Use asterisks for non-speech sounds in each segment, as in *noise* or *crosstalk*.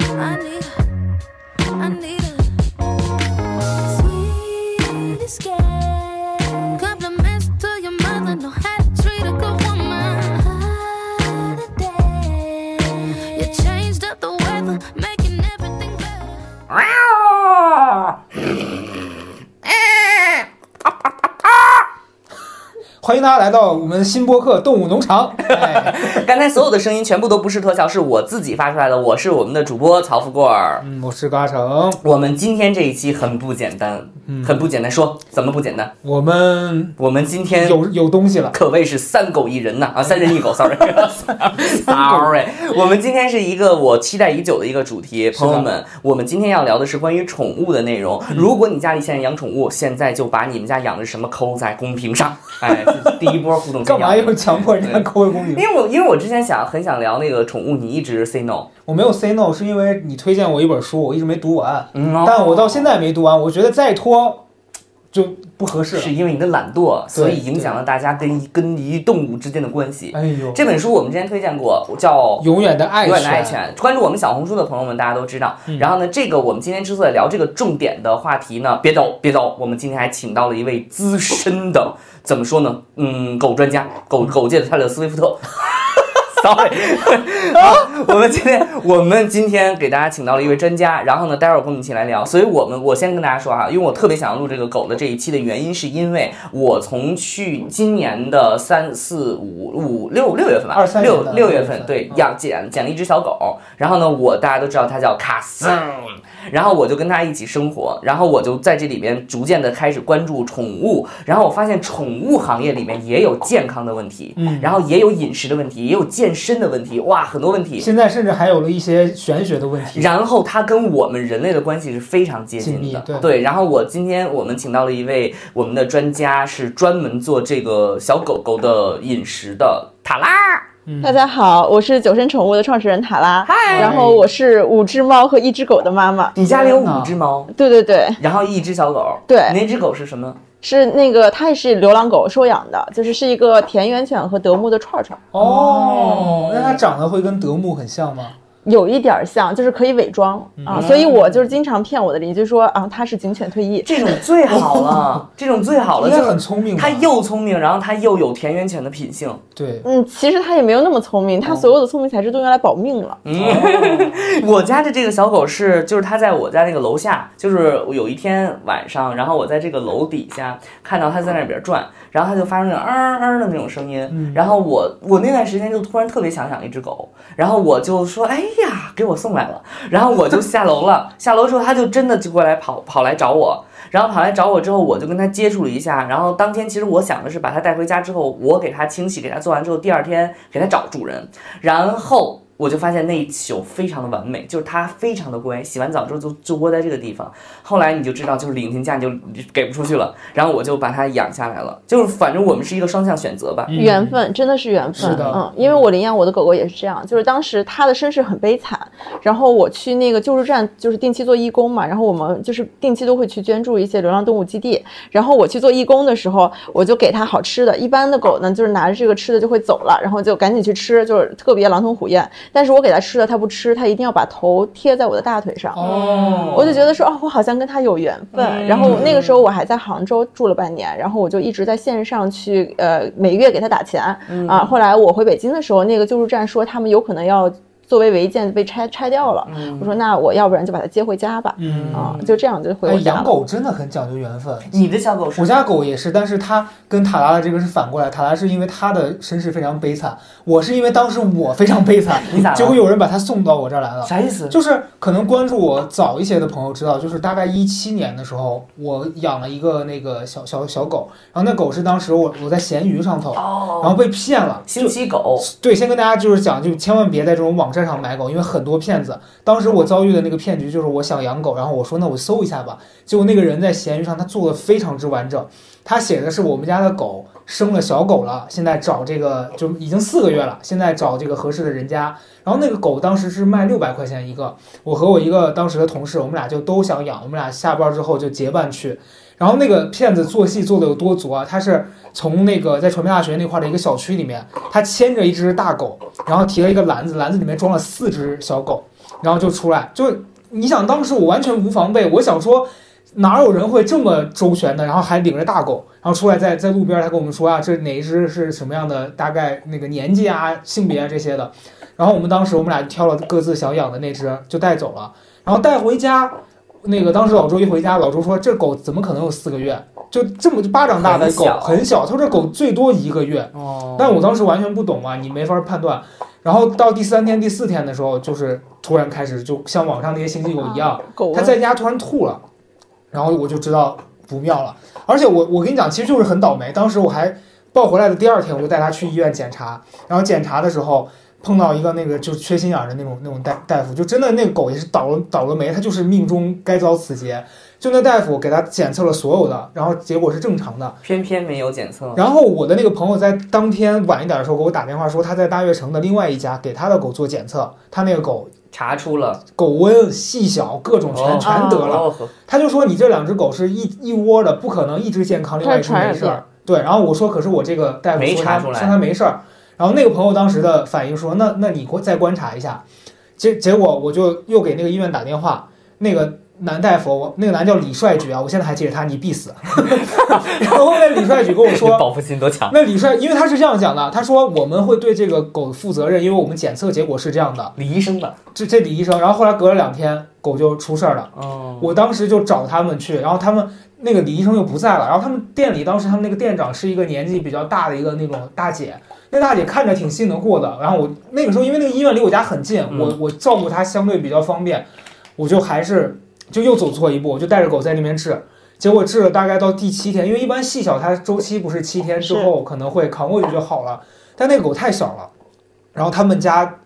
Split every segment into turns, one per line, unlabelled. I need, I need a sweet escape. Compliments to your mother, know how to treat a good woman. Holiday, you changed up the weather, making everything better.
欢迎大家来到我们新播客《动物
*laughs*
农场》哎。
刚才所有的声音全部都不是特效，是我自己发出来的。我是我们的主播曹富贵儿。
嗯，我是高阿成。
我们今天这一期很不简单，
嗯
很不简单。说怎么不简单？
我们
我们今天
有有东西了，
可谓是三狗一人呐、啊，三人一狗，sorry，sorry。我们今天是一个我期待已久的一个主题，
的嗯
朋友们，我们今天要聊的是关于宠物的内容。如果你家里现在养宠物，现在就把你们家养的什么抠在公屏上，哎，这是第一波互
*laughs*
动。
干嘛要？强迫人家
对
抠回公
*laughs* 因
屏？
为我因为我之前想很想聊那个宠物，你一直 say no，
我没有 say no，是因为你推荐我一本书，我一直没读完，
嗯哦
但我到现在没读完，我觉得再拖就不合适了。
是因为你的懒惰，所以影响了大家跟一跟一动物之间的关系。
哎呦，
这本书我们之前推荐过，叫《
永远的爱
永远的
犬，
爱犬》，嗯关注我们小红书的朋友们大家都知道。然后呢，这个我们今天之所以聊这个重点的话题呢，别走别走，我们今天还请到了一位资深的，怎么说呢？嗯，狗专家，狗狗界的泰勒·斯威夫特。Sorry，好我们今天我们今天给大家请到了一位专家，然后呢，待会儿跟我们一起来聊。所以我们我先跟大家说哈，因为我特别想要录这个狗的这一期的原因，是因为我从去今年的三四五五六六月份吧，
23
六
年的
六月
六月
份
份
对
嗯
养捡捡了一只小狗，然后呢，我大家都知道它叫卡斯，
嗯
然后我就跟它一起生活，然后我就在这里边逐渐的开始关注宠物，然后我发现宠物行业里面也有健康的问题，
嗯
然后也有饮食的问题，也有健身的问题，哇，很多问题。
现在甚至还有了一些玄学的问题。
然后它跟我们人类的关系是非常接近
紧密
的，
对
然后我今天我们请到了一位我们的专家，是专门做这个小狗狗的饮食的塔拉。
大家好，我是九生宠物的创始人塔拉，
嗨
然后我是五只猫和一只狗的妈妈。
你家里有
天哪
五只猫，
对对对，
然后一只小狗。
对
那只狗是什么？
是那个，它也是流浪狗收养的，就是是一个田园犬和德牧的串串，
哦，那它长得会跟德牧很像吗？
有一点儿像，就是可以伪装啊，所以我就是经常骗我的邻居说啊，它是警犬退役。
这种最好
*laughs*
了，这种最好了，
也
就是
很聪明嘛
它又聪明，然后它又有田园犬的品性。
对，
嗯，其实它也没有那么聪明，它所有的聪明才智都用来保命了。
嗯
哦
我家的这个小狗是，就是它在我家那个楼下，就是有一天晚上，然后我在这个楼底下看到它在那边转，然后它就发出那种嗯嗯的那种声音，然后我我那段时间就突然特别想养一只狗，然后我就说哎呀，给我送来了，然后我就下楼了， *laughs* 下楼之后它就真的就过来跑跑来找我。然后跑来找我之后，我就跟它接触了一下。然后当天其实我想的是把它带回家之后，我给它清洗，给它做完之后，第二天给它找主人。然后我就发现那一宿非常的完美，就是它非常的乖，洗完澡之后就就窝在这个地方。后来你就知道，就是领薪假你就给不出去了，然后我就把它养下来了。就是反正我们是一个双向选择吧。
缘分真的是缘分，
嗯是的
嗯，因为我领养我的狗狗也是这样，就是当时它的身世很悲惨，然后我去那个救助站，就是定期做义工嘛，然后我们就是定期都会去捐助一些流浪动物基地，然后我去做义工的时候，我就给它好吃的，一般的狗呢就是拿着这个吃的就会走了，然后就赶紧去吃，就是特别狼吞虎咽，但是我给它吃的它不吃，它一定要把头贴在我的大腿上，
哦，
我就觉得说，哦，我好像跟他有缘分。然后那个时候我还在杭州住了半年，然后我就一直在线上去，呃，每月给他打钱、啊。后来我回北京的时候，那个救助站说他们有可能要作为违建被拆拆掉了，
嗯
我说那我要不然就把它接回家吧，
嗯
啊，就这样就回
哎
我，家了。
养狗真的很讲究缘分。
你的小狗是，
我家狗也是，但是它跟塔拉的这个是反过来，塔拉是因为它的身世非常悲惨，我是因为当时我非常悲惨
*laughs* 你咋了
结果有人把它送到我这儿来了。
啥意思？
就是可能关注我早一些的朋友知道，就是大概一七年的时候，我养了一个那个小小小狗，然后那狗是当时我我在闲鱼上头，然
哦，
后被骗了。
星期狗，
对，先跟大家就是讲，就千万别在这种网站上买狗，因为很多骗子。当时我遭遇的那个骗局就是我想养狗，然后我说那我搜一下吧，结果那个人在闲鱼上他做的非常之完整，他写的是我们家的狗生了小狗了，现在找这个就已经四个月了，现在找这个合适的人家。然后那个狗当时是卖六百块钱一个，我和我一个当时的同事，我们俩就都想养，我们俩下班之后就结伴去。然后那个骗子做戏做的有多足啊？他是从那个在传媒大学那块的一个小区里面，他牵着一只大狗，然后提了一个篮子，篮子里面装了四只小狗，然后就出来。就你想，当时我完全无防备，我想说。哪有人会这么周全的？然后还领着大狗，然后出来在在路边儿，他跟我们说啊，这哪一只是什么样的，大概那个年纪啊、性别啊这些的。然后我们当时我们俩就挑了各自想养的那只，就带走了。然后带回家，那个当时老周一回家，老周说这狗怎么可能有四个月？就这么巴掌大的狗
很小
很小，他说这狗最多一个月。
哦
但我当时完全不懂啊，你没法判断。然后到第三天、第四天的时候，就是突然开始就像网上那些星期狗一啊样，
狗
他在家突然吐了，然后我就知道不妙了。而且我我跟你讲，其实就是很倒霉。当时我还抱回来的第二天，我就带他去医院检查，然后检查的时候碰到一个那个就是缺心眼儿的那种那种大大夫，就真的那个狗也是倒了倒了霉，它就是命中该遭此劫。就那大夫给他检测了所有的，然后结果是正常的。
偏偏没有检测，
然后我的那个朋友在当天晚一点的时候给我打电话说，他在大悦城的另外一家给他的狗做检测，他那个狗
查出了
狗瘟、细小各种全、
哦
全得了。
哦，
他就说你这两只狗是一一窝的，不可能一只健康，另外一只没事
它是传染
儿。对，然后我说，可是我这个大夫
没
说
查
他
出
说
来
他没事儿，然后那个朋友当时的反应说，那那你给我再观察一下。结结果我就又给那个医院打电话，那个男大夫，我那个男叫李帅举啊，我现在还记得他，你必死。 *laughs* 然后那李帅举跟我
你
说，
*laughs* 报复心多强，
那李帅，因为他是这样讲的，他说我们会对这个狗负责任，因为我们检测结果是这样的。
李医生吧？
这这李医生，然后后来隔了两天，狗就出事儿了。
哦，
我当时就找他们去，然后他们那个李医生又不在了，然后他们店里当时他们那个店长是一个年纪比较大的一个那种大姐，那大姐看着挺信得过的，然后我那个时候因为那个医院离我家很近，
嗯
我我照顾她相对比较方便，我就还是就又走错一步，我就带着狗在那边治。结果治了大概到第七天，因为一般细小它周期不是七天之
是
后可能会扛过去就好了，但那个狗太小了，然后他们家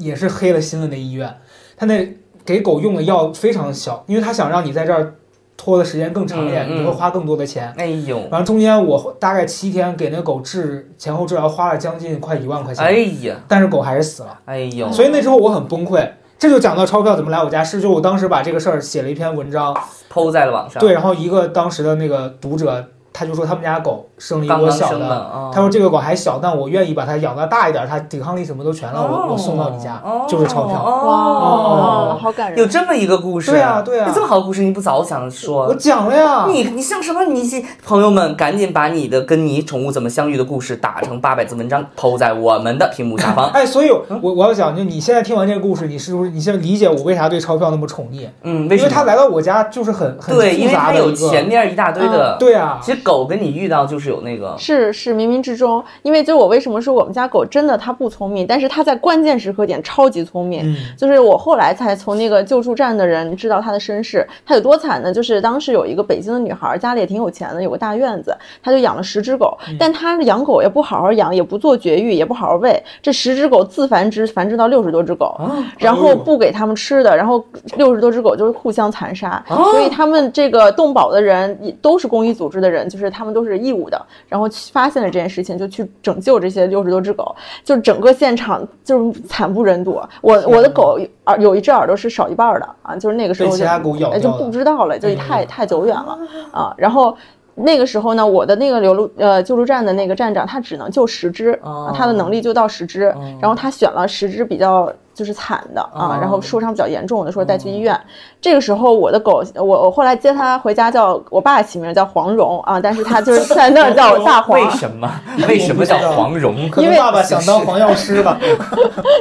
也是黑了心的那医院，他那给狗用的药非常小，因为他想让你在这儿拖的时间更长一点，
嗯嗯
你会花更多的钱。
哎呦，
然后中间我大概七天给那狗治前后治疗花了将近快一万块钱，
哎呀，
但是狗还是死了。
哎呦，
所以那之后我很崩溃。这就讲到钞票怎么来我家，是就我当时把这个事儿写了一篇文章，
剖在了网上，
对，，然后一个当时的那个读者他就说他们家狗生了一
刚
窝
刚
小
生
的，
的，哦
他说这个狗还小，但我愿意把它养到大一点，它抵抗力什么都全了，我我送到你家，就是钞票。哦
哇、
哦，
好感
有
人。
这么一个故事，哎
对啊对啊
这么好的故事你不早想说
我？讲了呀，
你你像什么？你这朋友们，赶紧把你的跟你宠物怎么相遇的故事打成八百字文章，抛在我们的屏幕下方。
哎，所以
嗯
我，我要讲，就你现在听完这个故事，你是不是你现在理解我为啥对钞票那么宠溺？
嗯，为
因
什
为他
么？
来到我家就是很很
对，因
复
为
杂
它
的
有
一个，
前面一大堆
嗯
的。
对啊，
其实狗跟你遇到就是有那个，
是是，冥冥之中，因为就我为什么说我们家狗真的它不聪明，但是它在关键时刻点超级聪明。
嗯，
就是我后来才从那个救助站的人知道她的身世，她有多惨呢？就是当时有一个北京的女孩，家里也挺有钱的，有个大院子，她就养了十只狗，但她养狗也不好好养，也不做绝育，也不好好喂，这十只狗自繁殖，繁殖到六十多只狗，
啊
然
哎
后
呦
不给它们吃的，然后六十多只狗就是互相残杀，
哦
所以他们这个动保的人也都是公益组织的人，就是他们都是义务的，然后去发现了这件事情，就去拯救这些六十多只狗，就是整个现场就是惨不忍睹。我我的狗耳有一只耳朵是少一半儿的啊，就是那个时候
被其
就
他狗咬
哎就
掉
不
了。
知道了，就
嗯
太太久远了啊。然后那个时候呢，我的那个流露呃救助站的那个站长，他只能救十只，
哦
啊他的能力就到十只
哦，
然后他选了十只比较。就是惨的
哦
啊，然后受伤比较严重的，说带去医院。这个时候，我的狗，我我后来接它回家叫，我爸起名叫黄蓉啊，但是它就是在那儿叫我大
*laughs*
黄
为，什么？为什么叫黄蓉？
可能
因为
爸爸想当黄药师
*laughs*
吧，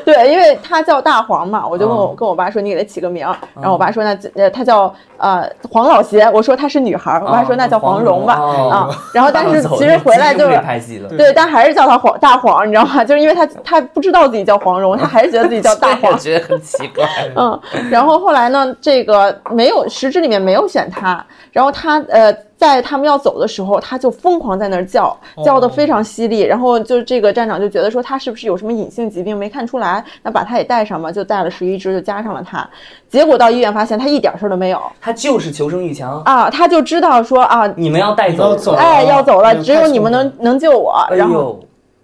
对，因为它叫大黄嘛，我就问我、
嗯
跟我爸说，你给它起个名
哦
儿。然后我爸说那呃它叫呃黄老邪，我说它是女孩儿，我爸说那叫黄蓉吧、
哦
啊。然后
*laughs*
但是
走
其实回来
这
就
被
是
拍戏了，
对，但还是叫他黄大黄，你知道吗？就是因为他他不知道自己叫黄蓉，他还是觉得自己叫
*laughs*
大
我
黄。
觉得很奇怪。
*laughs* 嗯，然后后来呢，这个没有十只里面没有选他，然后他呃，在他们要走的时候，他就疯狂在那儿叫，叫的非常犀利。然后就这个站长就觉得说他是不是有什么隐性疾病没看出来，那把他也带上吧，就带了十一只，就加上了他。结果到医院发现他一点事儿都没有
他就是求生欲强，
啊，他就知道说啊，
你们要带
你要
走，
走
哎，要走
哎
了，
呦
只有你们能能救我。
哎
然后。
呦，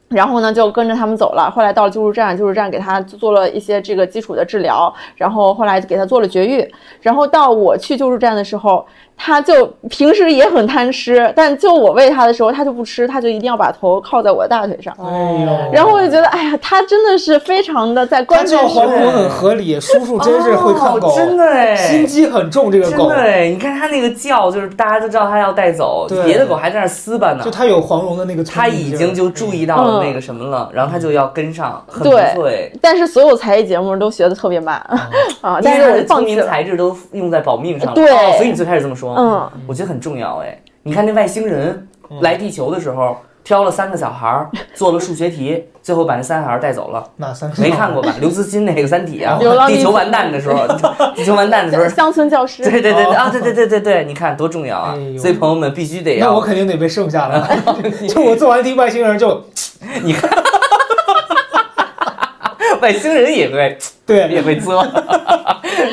然后呢，就跟着他们走了。后来到了救助站，救助站给他做了一些这个基础的治疗，然后后来给他做了绝育。然后到我去救助站的时候，它就平时也很贪吃，但就我喂它的时候，它就不吃，它就一定要把头靠在我的大腿
哦
上。
哎呦，
然后我就觉得，哎呀，它真的是非常的在
它
关键
叫
时
黄
刻
蓉很合理，叔叔真是会看狗，
哦真的哎，
心机很重。这个
真
狗
的，哎，你看它那个叫，就是大家都知道它要带走，
对
别的狗还在那儿撕巴呢
就。它有黄蓉的那个，
它已经就注意到了那个什么了，然后它就要跟上，很不
对
错哎。
但是所有才艺节目都学的特别慢 *laughs* 啊，但
但
是
是
我
我
就
的
放
聪
弃
明
了。
才智都用在保命上了，
对
哦所以你最开始这么说，
嗯，
我觉得很重要哎。你看那外星人
嗯
来地球的时候，挑了三个小孩儿做了数学题，最后把那三个小孩儿带走
*laughs*
了。
哪三
没看过吧？刘慈欣那个《三体》
*laughs* 流浪
啊，
地
地球
球
完蛋的时候， *laughs* 地球完
*laughs*
蛋的时候，
乡村教师，
对对对
哦
对啊，对对对对对，你看多重要啊
哎！呦
所以朋友们必须得
那我
要，
肯定得被剩
*laughs*
下了。就我做完题，外星人就
你看，外星人也会也
对，
会作，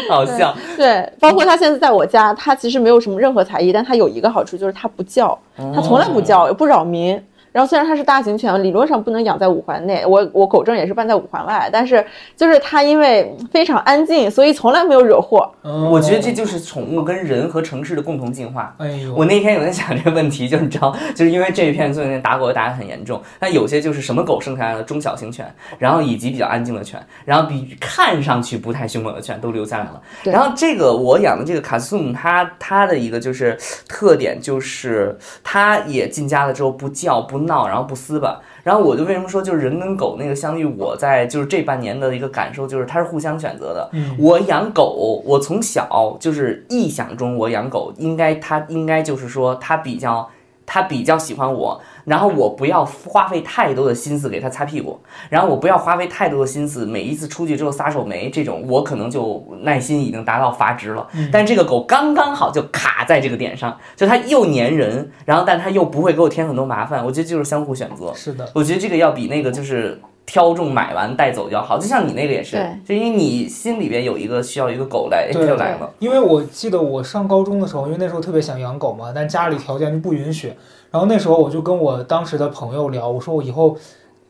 好像
对，包括他现在在我家，他其实没有什么任何才艺，但他有一个好处就是他不叫，他从
哦
来不叫，也不扰民。然后虽然它是大型犬，理论上不能养在五环内，我我狗证也是办在五环外，但是就是它因为非常安静，所以从来没有惹祸。
*laughs* 我觉得这就是宠物跟人和城市的共同进化。
哎呦，
我那天有在想这个问题，就是你知道， *laughs* 就是因为这一片最近打狗打得很严重，但有些就是什么狗剩下来的中小型犬，然后以及比较安静的犬，然后比看上去不太凶猛的犬都留下来了。
对
然后这个我养的这个卡苏姆，它它的一个就是特点就是它也进家了之后不叫不闹，然后不撕吧。然后我就为什么说就是人跟狗那个相遇，我在就是这半年的一个感受就是它是互相选择的。我养狗，我从小就是臆想中我养狗应该它应该就是说它比较它比较喜欢我，然后我不要花费太多的心思给它擦屁股，然后我不要花费太多的心思，每一次出去之后撒手没这种，我可能就耐心已经达到阀值了。但这个狗刚刚好就卡在这个点上，就它又粘人，然后但它又不会给我添很多麻烦，我觉得就是相互选择。
是的，
我觉得这个要比那个就是挑中买完带走要好，就像你那个也是，就因为你心里边有一个需要一个狗来
对
就来了，
因为我记得我上高中的时候，因为那时候特别想养狗嘛，但家里条件就不允许。然后那时候我就跟我当时的朋友聊，我说我以后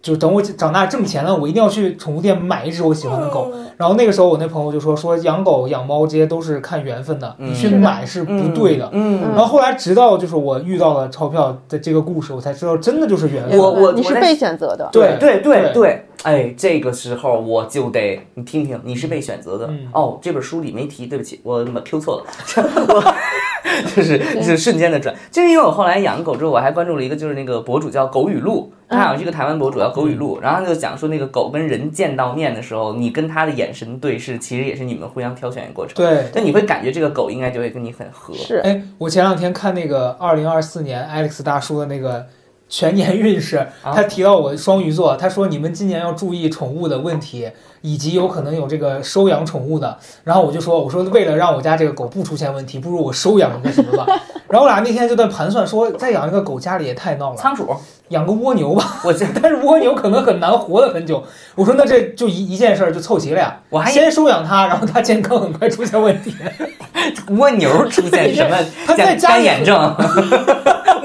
就等我长大挣钱了，我一定要去宠物店买一只我喜欢的狗。然后那个时候我那朋友就说说养狗养猫这些都是看缘分的，
嗯
你去买是不对的。
嗯。
然后后来直到就是我遇到了钞票的这个故事，我才知道真的就是缘分。
我我
嗯你是
在
被选择的，
对
对
对
对对，哎，这个时候我就得你听听，你是被选择的、
嗯
哦。这本书里没提，对不起，我 Q 错了， *laughs* 我就是就是瞬间的转，就是因为我后来养狗之后，我还关注了一个就是那个博主叫狗语录，
嗯
他好像是一个台湾博主叫狗语录，然后他就讲说那个狗跟人见到面的时候，你跟它的眼神对视，其实也是你们互相挑选的过程。
对，
那你会感觉这个狗应该就会跟你很合。
是
哎，我前两天看那个二零二四年 Alex 大叔的那个全年运势，
啊
他提到我双鱼座，他说你们今年要注意宠物的问题，以及有可能有这个收养宠物的。然后我就说，我说为了让我家这个狗不出现问题，不如我收养一个什么吧。 *laughs* 然后我俩那天就在盘算说，再养一个狗家里也太闹了，
仓鼠，
养个蜗牛吧。
我这
但是蜗牛可能很难活得很久。我说那这就一一件事儿就凑齐了呀，
我还以
先收养它，然后它健康很快出现问题。
蜗牛出现什
*laughs*
么 *laughs*
他在
干
家
干
里
眼症， *laughs*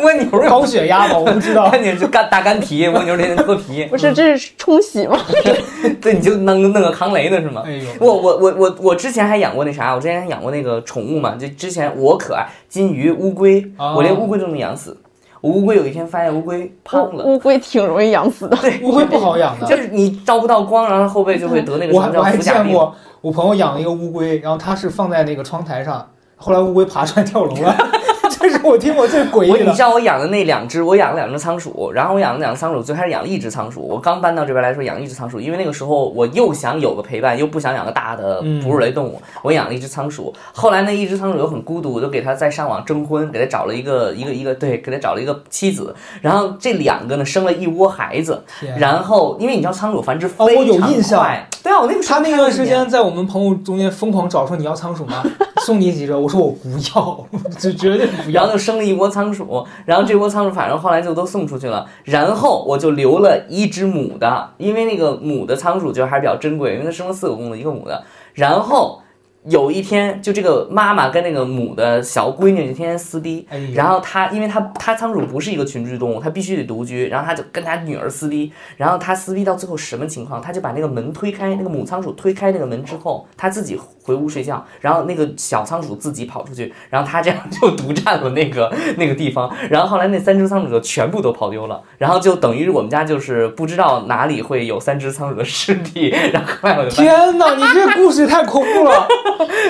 蜗牛有
高血压吧，我不知道。
看你是干大干皮，蜗牛天天脱皮
不，是这是冲洗吗？
对，你就弄弄个扛雷的是吗？
哎呦，
我我我我我之前还养过那啥，我之前还养过那个宠物嘛，就之前我可爱金鱼、乌龟，
哦
我连乌龟都能养死。我乌龟有一天发现乌龟胖了，
乌乌龟挺容易养
*laughs*
死的，
乌龟不好养的
就。是你照不到光，然后后背就会得那个
我
什
还
么叫
我还
腹甲
见
病。
过我朋友养了一个乌龟，然后它是放在那个窗台上，后来乌龟爬出来跳楼
*laughs*
了，这是我听过最诡
我
异
你
的
知。道我养的那两只，我养了两只仓鼠，然后我养了两只仓鼠，最开始养了一只仓鼠。我刚搬到这边来说养一只仓鼠，因为那个时候我又想有个陪伴，又不想养个大的
嗯
哺乳类动物，我养了一只仓鼠。后来那一只仓鼠又很孤独，我就给它在上网征婚，给它找了一个一个一个对，给它找了一个妻子。然后这两个呢生了一窝孩子，
天
然后因为你知道仓鼠繁殖
哦我
非常
有
快，
印象
对啊，我那个时
他
候
那
看
段
了一
时
眼
间在我们朋友中间疯狂找，说你要仓鼠吗？送你几只，我说我不要，就绝对不
然后
要。
就生了一窝仓鼠，然后这窝仓鼠反正后来就都送出去了，然后我就留了一只母的，因为那个母的仓鼠就还是比较珍贵，因为它生了四个公的，一个母的。然后有一天，就这个妈妈跟那个母的小闺女就天天撕逼，
哎
然
呀，
后他，因为他他仓鼠不是一个群居动物，他必须得独居，然后他就跟他女儿撕逼，然后他撕逼到最后什么情况？他就把那个门推开，那个母仓鼠推开那个门之后，他自己回屋睡觉，然后那个小仓鼠自己跑出去，然后它这样就独占了那个那个地方，然后后来那三只仓鼠就全部都跑丢了，然后就等于我们家就是不知道哪里会有三只仓鼠的尸体，然后后来我就发现，
天哪，你这故事也太恐
*laughs*
怖了！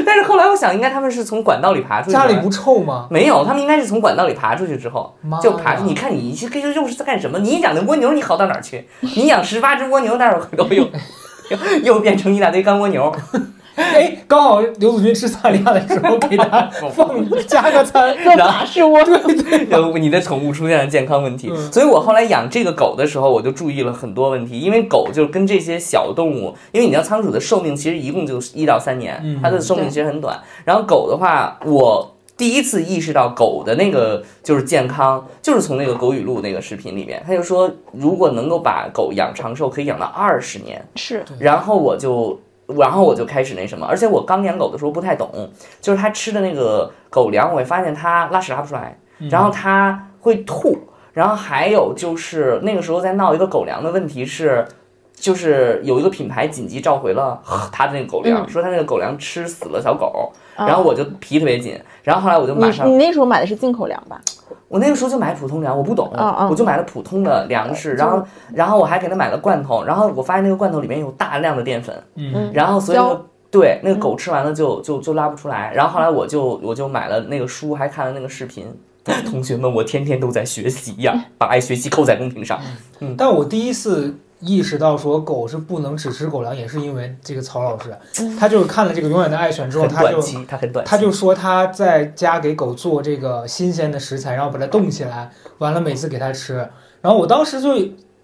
但是后来我想应该他们是从管道里爬出去的，
家里不臭吗？
没有，他们应该是从管道里爬出去之后
妈呀
就爬出。你看你这这又是在干什么？你养的蜗牛你好到哪儿去？你养十八只蜗牛，待会儿都又又又变成一大堆干蜗牛。
哎，刚好刘祖军吃萨利亚的时候给他放加个餐，
这哪是我？
*laughs*
有你的宠物出现了健康问题，
嗯
所以我后来养这个狗的时候，我就注意了很多问题，因为狗就是跟这些小动物，因为你知道仓鼠的寿命其实一共就是一到三年
嗯，
它的寿命其实很短。然后狗的话，我第一次意识到狗的那个就是健康，就是从那个狗语录那个视频里面，他就说如果能够把狗养长寿，可以养到二十年。
是
然后我就，然后我就开始那什么，而且我刚养狗的时候不太懂，就是它吃的那个狗粮，我会发现它拉屎拉不出来，然后它会吐，然后还有就是那个时候在闹一个狗粮的问题是。就是有一个品牌紧急召回了它的那个狗粮，
嗯
说它那个狗粮吃死了小狗，
啊
然后我就皮特别紧，然后后来我就马上
嗯你你那时候买的是进口粮吧？
我那个时候就买普通粮，我不懂，
嗯嗯
我就买了普通的粮
呃
食，然后然后我还给他买了罐头，然后我发现那个罐头里面有大量的淀粉，
嗯
然后所以那
胶嗯
个对那个狗吃完了就就就拉不出来，然后后来我就我就买了那个书，还看了那个视
*laughs*
频。同学们，我天天都在学习呀， *laughs* 把爱学习扣在公屏上。
但我第一次意识到说狗是不能只吃狗粮，也是因为这个曹老师，他就是看了这个《永远的爱犬》之后，
嗯很
他
短
就
期，它很短期。
他就说他在家给狗做这个新鲜的食材，然后把它冻起来，完了每次给它吃。然后我当时就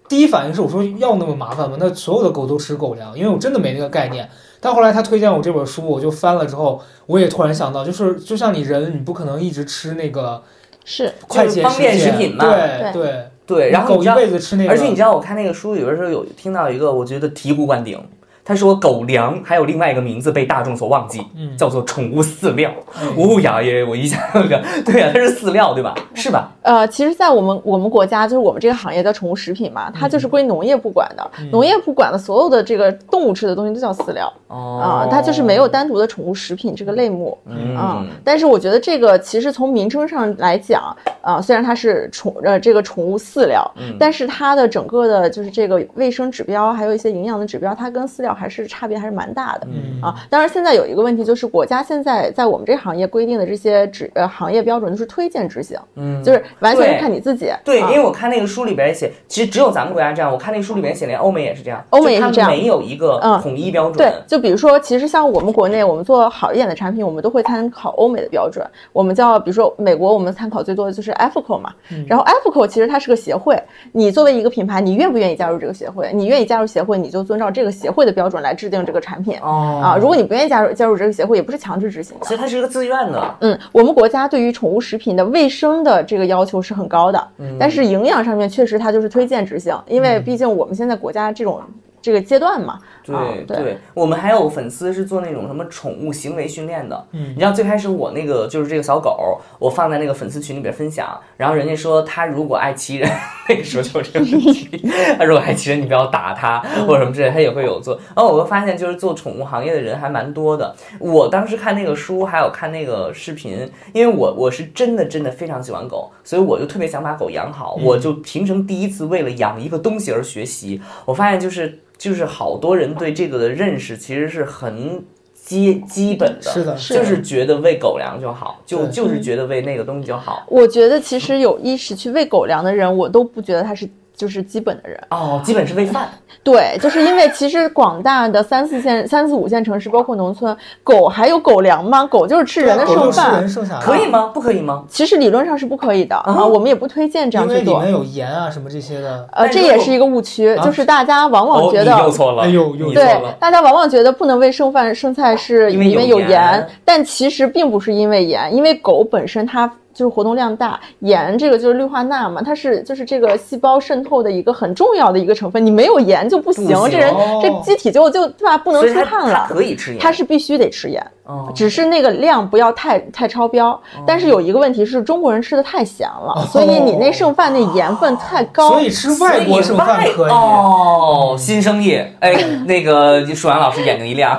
第一反应是我说要那么麻烦吗？那所有的狗都吃狗粮，因为我真的没那个概念。但后来他推荐我这本书，我就翻了之后，我也突然想到，就是就像你人，你不可能一直吃那个
是
快捷
方便
食
食品嘛
对
对
对。
对，然后
狗
你
一
知道，
辈子吃那个，
而且你知道，我看那个书里边时候有听到一个，我觉得醍醐灌顶。他说狗粮还有另外一个名字被大众所忘记，
嗯
叫做宠物饲料。
嗯
哦呀耶！我一下，对啊呀、它是饲料对吧？是吧？
呃，其实，在我们我们国家，就是我们这个行业叫宠物食品嘛，它就是
嗯
归农业部管的。农业部管的所有的这个动物吃的东西都叫饲料
哦
啊、它就是没有单独的宠物食品这个类目。啊、
嗯，
但是我觉得这个其实从名称上来讲啊、虽然它是宠呃这个宠物饲料，
嗯
但是它的整个的就是这个卫生指标，还有一些营养的指标，它跟饲料还是差别还是蛮大的。
嗯
啊，当然现在有一个问题就是，国家现在在我们这行业规定的这些指呃行业标准都是推荐执行，
嗯
就是完全
对
是看你自己。
对，
啊
因为我看那个书里边也写，其实只有咱们国家这样。我看那个书里边写，连欧美也是这样，
欧美也
就他们
是这样
没有一个
嗯
统一标准。
对，就比如说，其实像我们国内，我们做好一点的产品，我们都会参考欧美的标准。我们叫，比如说美国，我们参考最多的就是 AFCO 嘛。
嗯
然后 AFCO 其实它是个协会，你作为一个品牌，你愿不愿意加入这个协会？你愿意加入协会，你就遵照这个协会的标准来制定这个产品。
哦
啊，如果你不愿意加入加入这个协会，也不是强制执行的。
所以它是一个自愿的。
嗯，我们国家对于宠物食品的卫生的这个要求是很高的，
嗯
但是营养上面确实它就是推荐执行，因为毕竟我们现在国家这种这个阶段嘛，啊
对
对
我们还有粉丝是做那种什么宠物行为训练的。
嗯
你知道最开始我那个就是这个小狗，我放在那个粉丝群里边分享，然后人家说它如果爱骑人， *laughs* 那个时候就是这个问题，它如果爱骑人，你不要打它或者什么之类，它也会有做。然后我会发现，就是做宠物行业的人还蛮多的。我当时看那个书，还有看那个视频，因为我我是真的真的非常喜欢狗，所以我就特别想把狗养好。我就平生第一次为了养一个东西而学习，我发现就是就是好多人对这个的认识其实是很基基本的，
是的是的
就是觉得喂狗粮就好，就
对
就是觉得喂那个东西就好。
我觉得其实有意识去喂狗粮的人，我都不觉得他是就是基本的人。
哦，基本是喂饭，
对，就是因为其实广大的三四线、 *laughs* 三四五线城市，包括农村，狗还有狗粮吗？狗就是吃人的
啊狗
剩
肉吃
饭
哦人，剩下的啊
可以吗？不可以吗？
其实理论上是不可以的啊，我们也不推荐这
因
样
为啊
去
里
做
面。有盐啊什么这些的。
呃，这也是一个误区，就是大家往往觉得
哦，你又错了，
哎呦又
你
错
错
对
了，。
大家往往觉得不能喂剩饭，剩菜是
因为有
里面有
盐
盐，但其实并不是因为盐，因为狗本身它就是活动量大，盐这个就是氯化钠嘛，它是就是这个细胞渗透的一个很重要的一个成分，你没有盐就不行，
不行哦
这人这机体就就对吧，不能
所以
出
它
汗
它
了。
可以吃盐，
它是必须得吃盐，
哦
只是那个量不要太太超标。但是有一个问题是中国人吃的太咸
哦
了，所以你那剩饭那盐分太高。
所以吃外国剩
所
饭可
以外
以。
哦，新生意，哎，那个舒然老师眼睛一亮，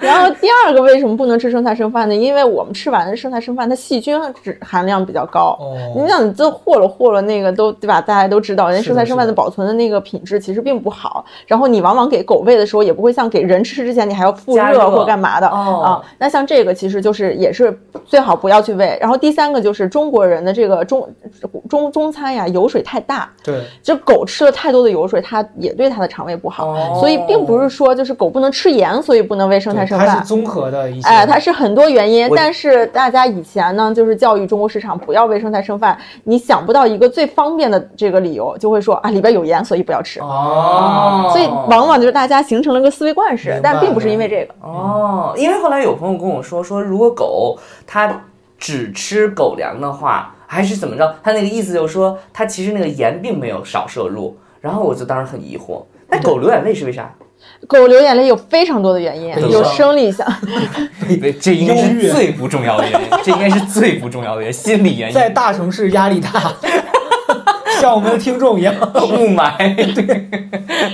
然后第二个为什么不能吃剩菜剩饭呢？因为我们吃完的剩菜剩饭，它细菌只含量比较高。你
哦，
想，你这和了和了，那个都对吧？大家都知道，人
是的
剩菜剩饭
是
的
的
保存的那个品质其实并不好。然后你往往给狗喂的时候，也不会像给人吃之前，你还要复
加热
热或干嘛的
哦
啊。那像这个其实就是也是最好不要去喂。然后第三个就是中国人的这个中中中餐呀，油水太大，
对，
就狗吃了太多的油水，它也对它的肠胃不好。
哦
所以并不是说就是狗不能吃盐，所以不能喂剩菜
对
剩
它
饭
是。综合的一些。
哎，它是很多原因
我，
但是大家以前呢，就是教育中国市场不要喂剩菜剩饭，你想不到一个最方便的这个理由，就会说啊里边有盐，所以不要吃。
哦
哦，
所以往往就是大家形成了个思维惯式
明，白
但并不是因为这个。
哦，因为后来有朋友跟我说，说如果狗它只吃狗粮的话，还是怎么着？他那个意思就是说，它其实那个盐并没有少摄入。然后我就当时很疑惑，那狗流眼泪是为啥？
狗流眼泪有非常多的原因
对，
有生
*laughs*
理上，
这应该
忧郁
是最不重要的原因，这应该是最不重要的原因，心理原因
在，大城市压力
*laughs*
大，像我们的听众一样。
雾霾，对，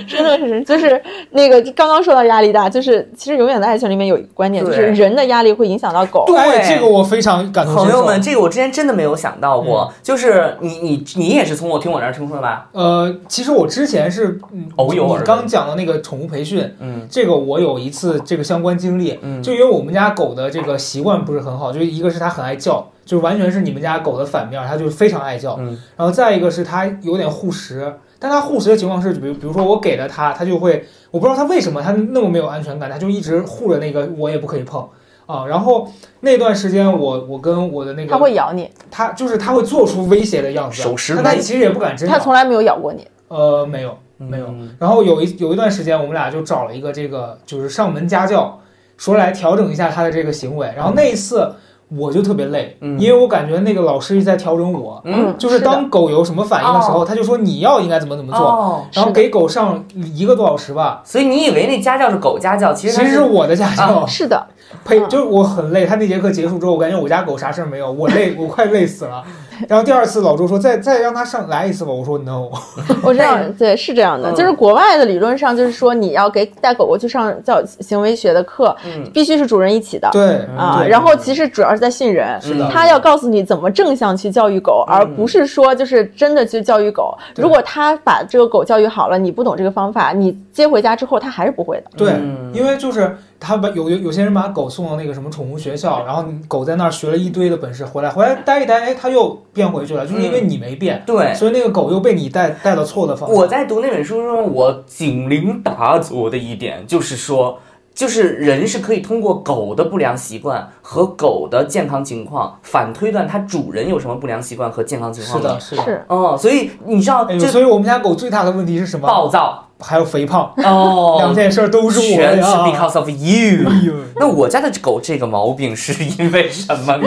真的是就是那个刚刚说到压力大，就是其实《永远的爱情》里面有一个观点，就
对
是人的压力会影响到狗。
哎这个我非常感同身
朋
受。
友们，这个我之前真的没有想到过，就是你你你也是从我听我那儿听说的吧？
呃，其实我之前是，嗯，
偶有而
你
闻
刚讲的那个宠物培训，
嗯，
这个我有一次这个相关经历，
嗯
就因为我们家狗的这个习惯不是很好，就一个是它很爱叫，就完全是你们家狗的反面，它就非常爱叫，
嗯
然后再一个是它有点护食，但它护食的情况是，比如比如说我给了它，它就会，我不知道它为什么它那么没有安全感，它就一直护着那个我也不可以碰啊，然后那段时间我我跟我的那个
它会咬你，
它就是它会做出威胁的样子，啊
手持
但它
威
其实也不敢真
它
咬，
从来没有咬过你。
呃，没有。没有然后有一有一段时间，我们俩就找了一个这个就是上门家教，说来调整一下他的这个行为。然后那一次我就特别累，
嗯
因为我感觉那个老师一直在调整我，
嗯，
就是当狗有什么反应的时候，他就说你要应该怎么怎么做，
哦，
然后
哦是的
给狗上一个多小时吧。
所以你以为那家教是狗家教，其
其
实它
实是
是
我的家教
是的，
陪，
啊嗯
就是我很累。他那节课结束之后，我感觉我家狗啥事儿没有，我累，我快累死了。然后第二次老周说再再让他上来一次吧，我说 no。
啊我知道，对，是这样的，
嗯
就是国外的理论上就是说，你要给带狗狗去上教行为学的课，
嗯
必须是主人一起的。
对
啊，
对
然后其实主要是在训人，
是的
他要告诉你怎么正向去教育狗，而
嗯
不是说就是真的去教育狗。
对
如果他把这个狗教育好了，你不懂这个方法，你接回家之后他还是不会的。
对
嗯，
因为就是他把有有有些人把狗送到那个什么宠物学校，然后狗在那儿学了一堆的本事，回来回来待一待，哎，它又变回去了，就是因
嗯
为你没变，
对。
所以那个狗又被你带带到错的方向。
我在读那本书中，我警铃打左的一点就是说，就是人是可以通过狗的不良习惯和狗的健康情况反推断它主人有什么不良习惯和健康情
是
况。
的，，是的。
是，
哦，所以你知道
哎呦，
这
所以我们家狗最大的问题是什么？
暴躁
还有肥胖，
哦，
两件事儿都是我
全
的
是
呀。
because of
*laughs*
you
哎。呦
那我家的狗这个毛病是因为什么
*laughs*
呢？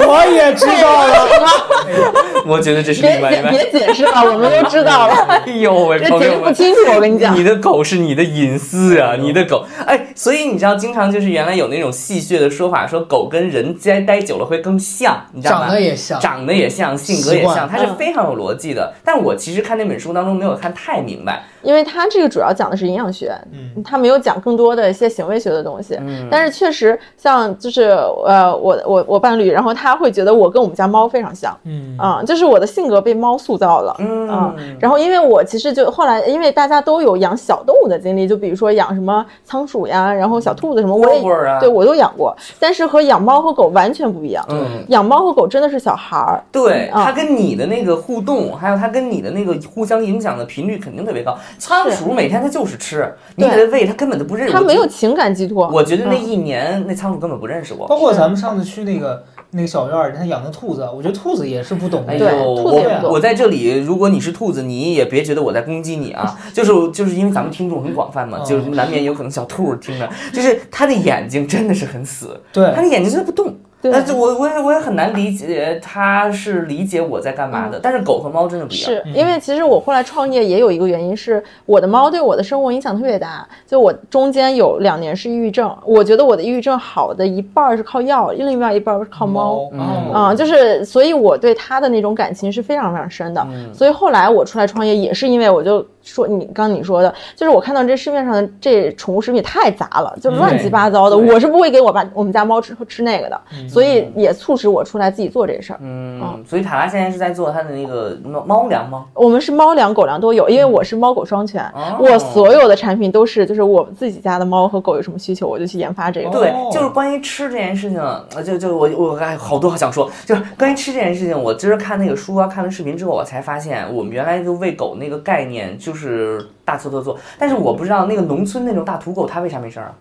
我也知道了，
*laughs* 我觉得这是
别
另外一
别
半。
别解释了，我们都知
*laughs*
道了，
哎呦喂，
这
朋
解释
友
不
们，
清楚，我跟你讲
你。的狗是你的隐私啊，你的狗，哎，所以你知道，经常就是原来有那种戏谑的说法，说狗跟人待待久了会更像，你知道吗？
长得也像。
长得也像，性格
习
也
惯
像，它是
嗯
非常有逻辑的。但我其实看那本书当中没有看太明白，
因为它这个主要讲的是营养学，
嗯，
它没有讲更多的一些行为学的东西。
嗯
但是确实像就是呃，我我我伴侣，然后他会觉得我跟我们家猫非常像，
嗯
啊、就是我的性格被猫塑造了，
嗯
啊、然后因为我其实就后来，因为大家都有养小动物的经历，就比如说养什么仓鼠呀，然后小兔子什么，我也
蝈蝈啊
对我都养过，但是和养猫和狗完全不一样。
嗯，
养猫和狗真的是小孩儿，
对，
嗯
它跟你的那个互动，还有它跟你的那个互相影响的频率肯定特别高。仓鼠每天它就是吃，你给
对
它喂，它根本就不认识。
它
嗯我
没有
觉
嗯
得，
情感寄托。
我觉得那一年那仓鼠根本不认识我。
包括咱们上次去那个那个小院儿，他养的兔子，我觉得兔子也是不懂的。
哎呦，
对兔子也不
我
懂
我在这里，如果你是兔子，你也别觉得我在攻击你啊，
*laughs*
就是就是因为咱们听众很广泛嘛，
嗯
就是难免有可能小兔儿听着，就是他的眼睛真的是很死，
对
他的眼睛真的不动。
对
但是我我也我也很难理解他是理解我在干嘛的，但是狗和猫真的不一样。
嗯是因为其实我后来创业也有一个原因是，我的猫对我的生活影响特别大。就我中间有两年是抑郁症，我觉得我的抑郁症好的一半儿是靠药，另外一半儿是靠
猫，
猫。
嗯
啊、就是，所以我对它的那种感情是非常非常深的。
嗯
所以后来我出来创业，也是因为我就说你刚你说的，就是我看到这市面上的这宠物食品太杂了，就乱七八糟的，
嗯对
我是不会给我爸我们家猫吃吃那个的，所以也促使我出来自己做这事儿。
哦
嗯，所以塔拉现在是在做他的那个猫猫粮吗？
我们是猫粮、狗粮都有，因为我是猫狗双全，
嗯哦
我所有的产品都是就是我自己家的猫和狗有什么需求，我就去研发这个。
对
哦，
就是关于吃这件事情，呃就就我我哎，好多好想说，就是关于吃这件事情，我今儿看那个书啊，看了视频之后，我才发现我们原来就喂狗那个概念就是大错特错，但是我不知道那个农村那种大土狗它为啥没事儿啊？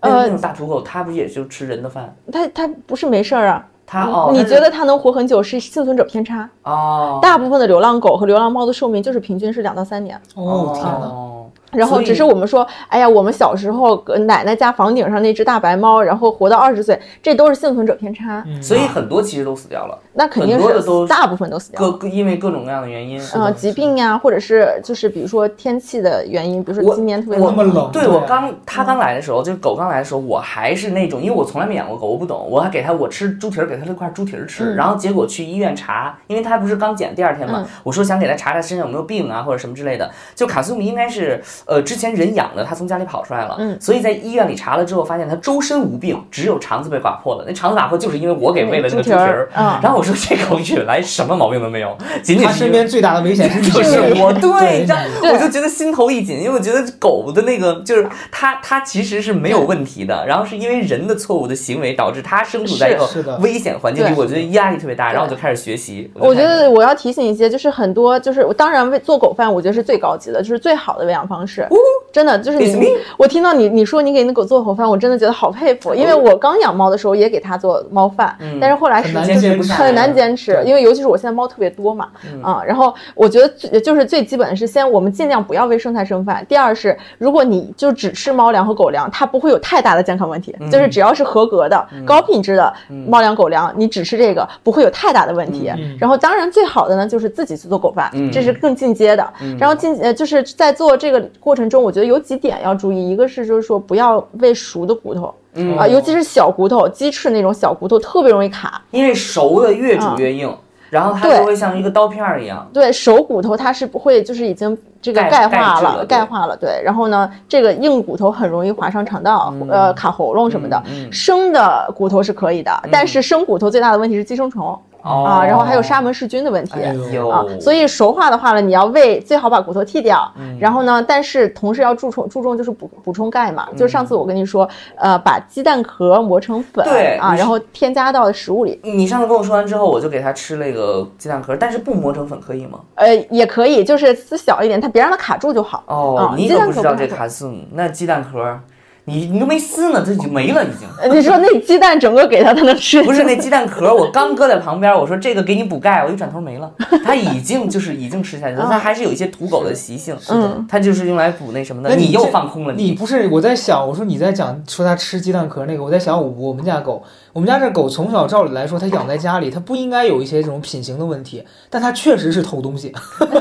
那
呃
那种大土狗它不也就吃人的饭？它
它它不是没事儿啊，
它哦，
你
它是
觉得它能活很久是幸存者偏差？
哦？
大部分的流浪狗和流浪猫的寿命就是平均是两到三年。
哦天哪，
哦
然后
所以
只是我们说，哎呀，我们小时候呃奶奶家房顶上那只大白猫，然后活到二十岁，这都是幸存者偏差，
嗯
所以很多其实都死掉了，
那肯定
很多的都
是大部分都死掉
各
了。
各因为各种各样的原因。
嗯，疾病呀，或者是就是比如说天气的原因，比如说
我
今年特别
我
那么冷
对啊
对
我刚它刚来的时候，就是狗刚来的时候，我还是那种，因为我从来没养过狗，我不懂，我还给它我吃猪蹄儿，给它那块猪蹄儿吃，然后结果去医院查，因为它不是刚捡第二天嘛，我说想给它查查身上有没有病啊或者什么之类的，就卡苏米应该是呃之前人养的，它从家里跑出来了，
嗯
所以在医院里查了之后，发现它周身无病，只有肠子被划破了，那肠子划破就是因为我给喂了那个猪
猪
蹄
蹄
儿
儿，嗯
然后我说这狗引来什么毛病都没有，仅仅
他
是
身
因为
边最大的危险是
*laughs*
你，
就是我，对，
对
你知道，我就觉得心头一紧，因为我觉得狗的那个就是它，它其实是没有问题的，然后是因为人的错误的行为导致它身处在一
是是
个
的
危险环境里，
对
我觉得压力特别大，然后我就开始学习。
我
就
觉
开始
得我要提醒一些，就是很多就是我当然为做狗饭，我觉得是最高级的，就是最好的喂养方式。真的就是
It's
你
me，
我听到你你说你给那狗做狗饭，我真的觉得好佩
嗯
服，因为我刚养猫的时候也给它做猫饭，但是后来
很
是
难
就是
坚嗯持下来嗯
很难坚持，因为尤其是我现在猫特别多嘛，啊，然后我觉得最就是最基本的是先我们尽量不要喂剩菜剩饭，第二是如果你就只吃猫粮和狗粮，它不会有太大的健康问题，
嗯
就是只要是合格的高品质的猫粮狗粮，你只吃这个不会有太大的问题
嗯嗯。
然后当然最好的呢就是自己去做狗饭
嗯，
这是更进阶的。然后进呃就是在做这个过程中，我觉得有几点要注意，一个是就是说不要喂熟的骨头。
嗯
嗯
啊、尤其是小骨头，鸡翅那种小骨头特别容易卡。
因为熟的越煮越硬，然后它
对
就会像一个刀片儿一样。
对手骨头它是不会，就是已经这个
钙
钙化
钙质
了，
了对
钙化了。对，然后呢，这个硬骨头很容易划伤肠道，
嗯
呃，卡喉咙什么的。生的骨头是可以的，但是生骨头最大的问题是寄生虫
嗯哦
啊，然后还有沙门氏菌的问题。
哎呦
有
啊，所以熟化的话呢，你要喂，最好把骨头剔掉。
嗯
然后呢，但是同时要注重注重就是补补充钙嘛。
嗯
就是上次我跟你说，呃，把鸡蛋壳磨成粉，
对
啊，
你是
然后添加到食物里，
你上次跟我说完之后，我就给它吃那个鸡蛋壳，但是不磨成粉可以吗？
呃，也可以，就是撕小一点，它别让它卡住就好。
哦
啊，
你
鸡
可
蛋
不知
壳
道
不
这
太
卡斯姆那鸡蛋壳，你你都没撕呢，它就没了已经。
呃 *laughs* 你说那鸡蛋整个给它，它能 *laughs* 吃？
不是那鸡蛋壳，我刚搁在旁边，我说这个给你补钙，我一转头没
*laughs*
了。它已经就是已经吃下去
嗯
了，它还是有一些土狗的习性，
的
它就是用来补那什么的。
那
你
这
又放空了
你不是我在想，我说你在讲说它吃鸡蛋壳那个，我在想我我们家狗，我们家这狗从小照理来说，它养在家里，它不应该有一些这种品行的问题，但它确实是偷东西。 *laughs*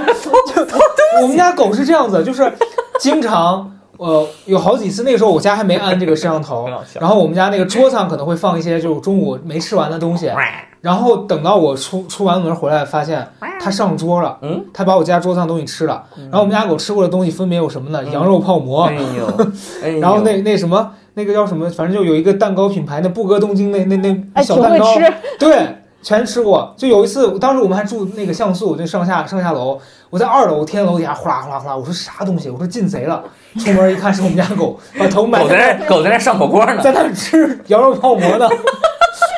就我们家狗是这样子，就是经常。呃，有好几次，那个时候我家还没安这个摄像头
很好，笑
然后我们家那个桌上可能会放一些就中午没吃完的东西，然后等到我出出完门回来，发现它上桌了，
嗯，
它把我家桌上的东西吃了，然后我们家狗吃过的东西分别有什么呢？羊肉泡馍，
哎
*laughs*
呦，哎呦
然后那那什么，那个叫什么，反正就有一个蛋糕品牌，那布格东京那那那
哎，
小
挺
蛋
会
糕，
吃，
对，全吃过。就有一次，当时我们还住那个像素，就上下上下楼，我在二楼天楼底下呼啦呼啦呼啦，我说啥东西？我说进贼了。出门一看是我们家狗，把头埋
狗在
*laughs*
那狗在那上火锅呢，
在那儿吃羊肉泡馍呢， *laughs*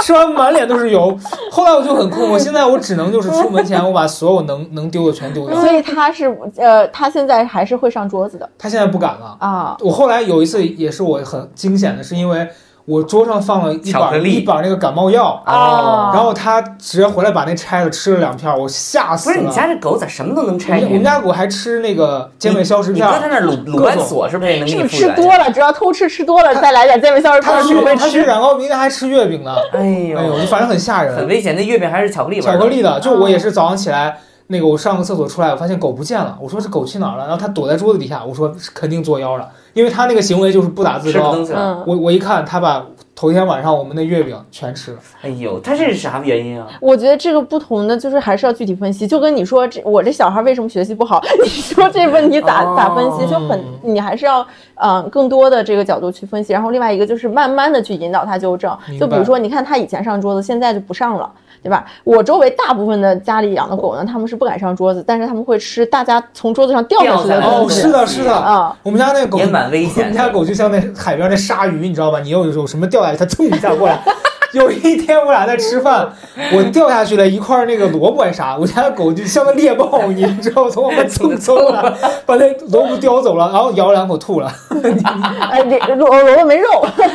吃完满脸都是油。后来我就很困惑，现在我只能就是出门前我把所有能能丢的全丢
嗯
掉。
所以它是呃，它现在还是会上桌子的
他现在不敢了。
啊。
我后来有一次也是我很惊险的，是因为我桌上放了一
巧克
板
力
一板那个感冒药，
啊
哦
然后他直接回来把那拆了，吃了两片儿，我吓死
不是
了。
你家这狗咋什么都能
我
拆
们我
开
们？家狗还吃那个健胃消食
你
片
搁他
儿，
那鲁鲁班锁是不是也能给
是
你
不
复
是吃
原？
多了？只要偷吃吃多了，再来点健胃消食片
他
儿，
去
你会
他去
吃。
染膏明天还吃月饼呢。
哎
哎呦，
呦，
反正很吓人。
很危啊险。那月饼还是巧克力味儿
巧
的
克力的，就我也是早上起来，那个我上个厕所出来，我发现狗不见了，我说这狗去哪儿了？然后它躲在桌子底下，我说是肯定作妖了，因为它那个行为就是不打自
吃
招
东。西了。
嗯，
我我一看，它把头天晚上我们的月饼全吃了，
哎呦，它这是啥原因啊？
我觉得这个不同的就是还是要具体分析。就跟你说，这我这小孩为什么学习不好， *laughs* 你说这问题咋
哦
咋分析，就很你还是要嗯、呃更多的这个角度去分析。然后另外一个就是慢慢的去引导他纠正
明。白
就比如说，你看他以前上桌子，现在就不上了。对吧？我周围大部分的家里养的狗呢，他们是不敢上桌子，但是他们会吃大家从桌子上掉下去
掉
的
下来
哦，
东
是
西。
的，是的，
啊、
我们家那个狗
也蛮危
我
险
们 *laughs*
的。
家狗就像那海边那鲨鱼，你知道吧？你有有什么掉下去，它蹭一下
*laughs*
过来。有一天我俩在吃饭，我掉下去了一块那个萝卜还是啥，我家的狗就像个猎豹，你知道，从我们蹭走了，
*laughs*
把那萝卜叼走了，然后咬了两口吐了。
哎，这萝萝卜没肉，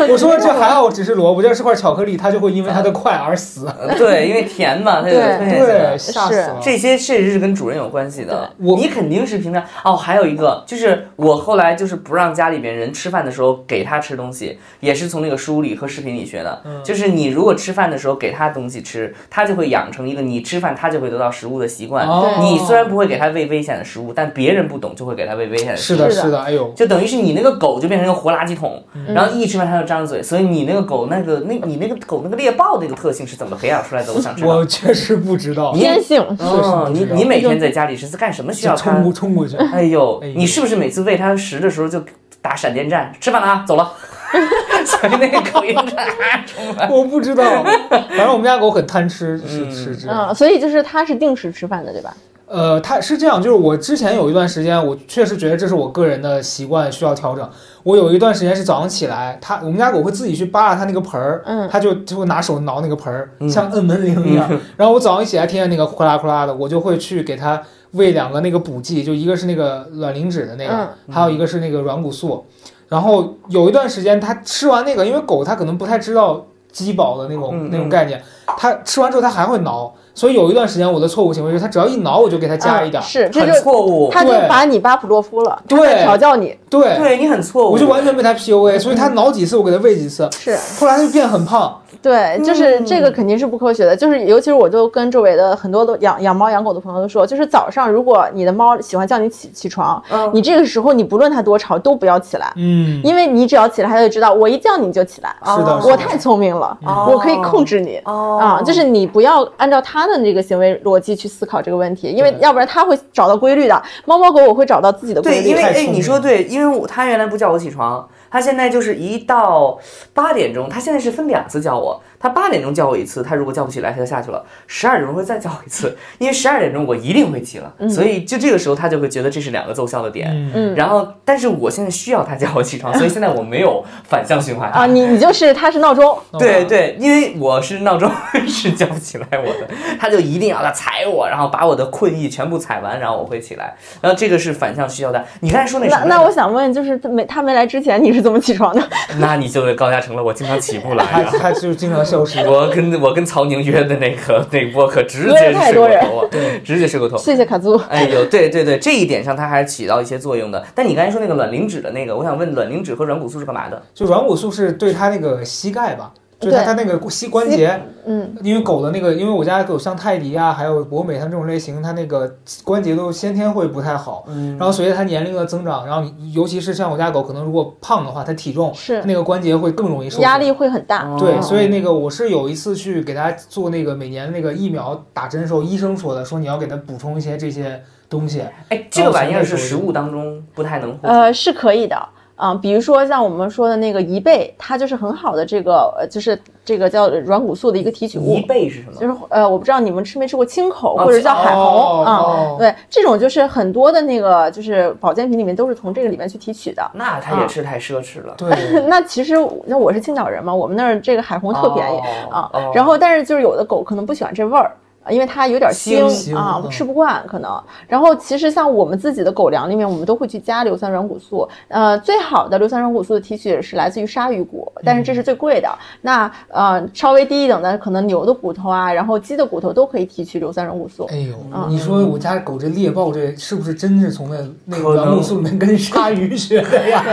我
*laughs*
说这还好，只是萝卜，这是块巧克力，它就会因为它的快而死。
呃对，因为甜嘛，它就
对
分解起来
对，吓死了。
这些确实是跟主人有关系的。
啊对我
你肯定是平常哦，还有一个就是我后来就是不让家里边人吃饭的时候给他吃东西，也是从那个书里和视频里学的。
嗯
就是你如果吃饭的时候给他东西吃，他就会养成一个你吃饭他就会得到食物的习惯。
哦
你虽然不会给他喂危险的食物，但别人不懂就会给他喂危险的食物。
是的，
是的
是的，哎呦，
就等于是你那个狗就变成一个活垃圾桶，
嗯
然后一吃饭它就张着嘴，所以你那个狗那个那你那个狗那个猎豹那个特性是怎么培养出来的？我想知道。
我确实不知道，
你
天
嗯
性。
哦，
是是
你
不知道
你每天在家里是干什么需
就
要它
冲？过冲过去。
哎呦
哎呦，
你是不是每次喂它食的时候就打闪电战？吃饭了啊，走了。 *laughs* 所以那个狗应该啊冲了。
我不知道，反正我们家狗很贪吃，是
嗯
是这样。
嗯，所以就是他是定时吃饭的，对吧？
呃，它是这样，就是我之前有一段时间，我确实觉得这是我个人的习惯需要调整。我有一段时间是早上起来，它我们家狗会自己去扒拉它那个盆儿，
嗯
它就就会拿手挠那个盆儿，
嗯
像摁门铃一样。然后我早上一起来听见那个呼啦呼啦的，我就会去给它喂两个那个补剂，就一个是那个卵磷脂的那个，
嗯
还有一个是那个软骨素。然后有一段时间，它吃完那个，因为狗它可能不太知道饥饱的那种、
嗯
那种概念，它吃完之后它还会挠，所以有一段时间我的错误行为就是它只要一挠我就给它加一点
嗯
儿，
是， *laughs* 这
很
就
错误，
他就
哦对
把你巴甫洛夫了，
对
调教你
对，
对你很错误。
我就完全被它 PUA，所以它挠几次我给它喂几次，
是
后来它就变很胖，
对，就是
嗯
这个肯定是不科学的。就是尤其是我就跟周围的很多都养养猫养狗的朋友都说，就是早上如果你的猫喜欢叫你起起床，
嗯
你这个时候你不论它多吵都不要起来，
嗯，
因为你只要起来，它就知道我一叫你就起来。
是的，
哦
是的
我太聪明了，
哦
我可以控制你。
哦
啊，就是你不要按照它的那个行为逻辑去思考这个问题，因为
对
要不然它会找到规律的。猫猫狗狗会找到自己的规
对，
律。
因为
太
哎，
聪
你
明
说
了
对，因为我他原来不叫我起床，他现在就是一到八点钟，他现在是分两次叫我，他八点钟叫我一次，他如果叫不起来，他就下去了，十二点钟会再叫我一次，因为十二点钟我一定会起了，所以就这个时候他就会觉得这是两个奏效的点。
嗯，
然后，但是我现在需要他叫我起床，所以现在我没有反向循环
啊，你你就是它是闹钟，
对对，因为我是闹钟是叫不起来我的，他就一定要他踩我，然后把我的困意全部踩完，然后我会起来。然后这个是反向需要的。你刚才说那什
那
么？哦
那我想问，就是他没他没来之前，你是怎么起床的？
那你就是高嘉诚了，我经常起不来
它
啊。
它就是经常消失。
我跟我跟曹宁约的那个那个播客，直接睡过头啊，直接睡过头。
谢谢卡祖。
哎呦，对对对，这一点上它还是起到一些作用的。但你刚才说那个卵磷脂的那个，我想问，卵磷脂和软骨素是干嘛的？
就软骨素是对它那个膝盖吧，就是它
对
它那个膝关节，
嗯，
因为狗的那个，因为我家的狗像泰迪啊，还有博美它们这种类型，它那个关节都先天会不太好。
嗯
然后随着它年龄的增长，然后你尤其是像我家狗，可能如果胖的话，它体重
是
它那个关节会更容易受
压
损。
力会很大。
对，
哦
所以那个我是有一次去给它做那个每年那个疫苗打针的时候，医生说的，说你要给它补充一些这些东西。
哎，这个玩意儿是食物当中不太能获取。
呃，是可以的。啊、比如说像我们说的那个贻贝，它就是很好的这个，呃，就是这个叫软骨素的一个提取物
贻，贝是什么
就？是呃，我不知道你们吃没吃过青口
哦
或者叫海
哦
虹啊、
哦
对，这种就是很多的那个就是保健品里面都是从这个里面去提取的。
那它也是太奢侈
*laughs*
了。
对，
那其实那我是青岛人嘛，我们那儿这个海虹特便宜、
哦
啊、
哦
然后但是就是有的狗可能不喜欢这味儿。因为它有点
腥
腥
腥
啊
嗯，
吃不惯可能。然后其实像我们自己的狗粮里面，我们都会去加硫酸软骨素。呃，最好的硫酸软骨素的提取是来自于鲨鱼骨，但是这
嗯
是最贵的。那呃，稍微低一等的，可能牛的骨头啊，然后鸡的骨头都可以提取硫酸软
*laughs*
骨素。
哎呦，
嗯
你说我家狗这猎豹这是不是真是从那那
可
个
能
元木素里面跟鲨鱼学的
*laughs*
呀？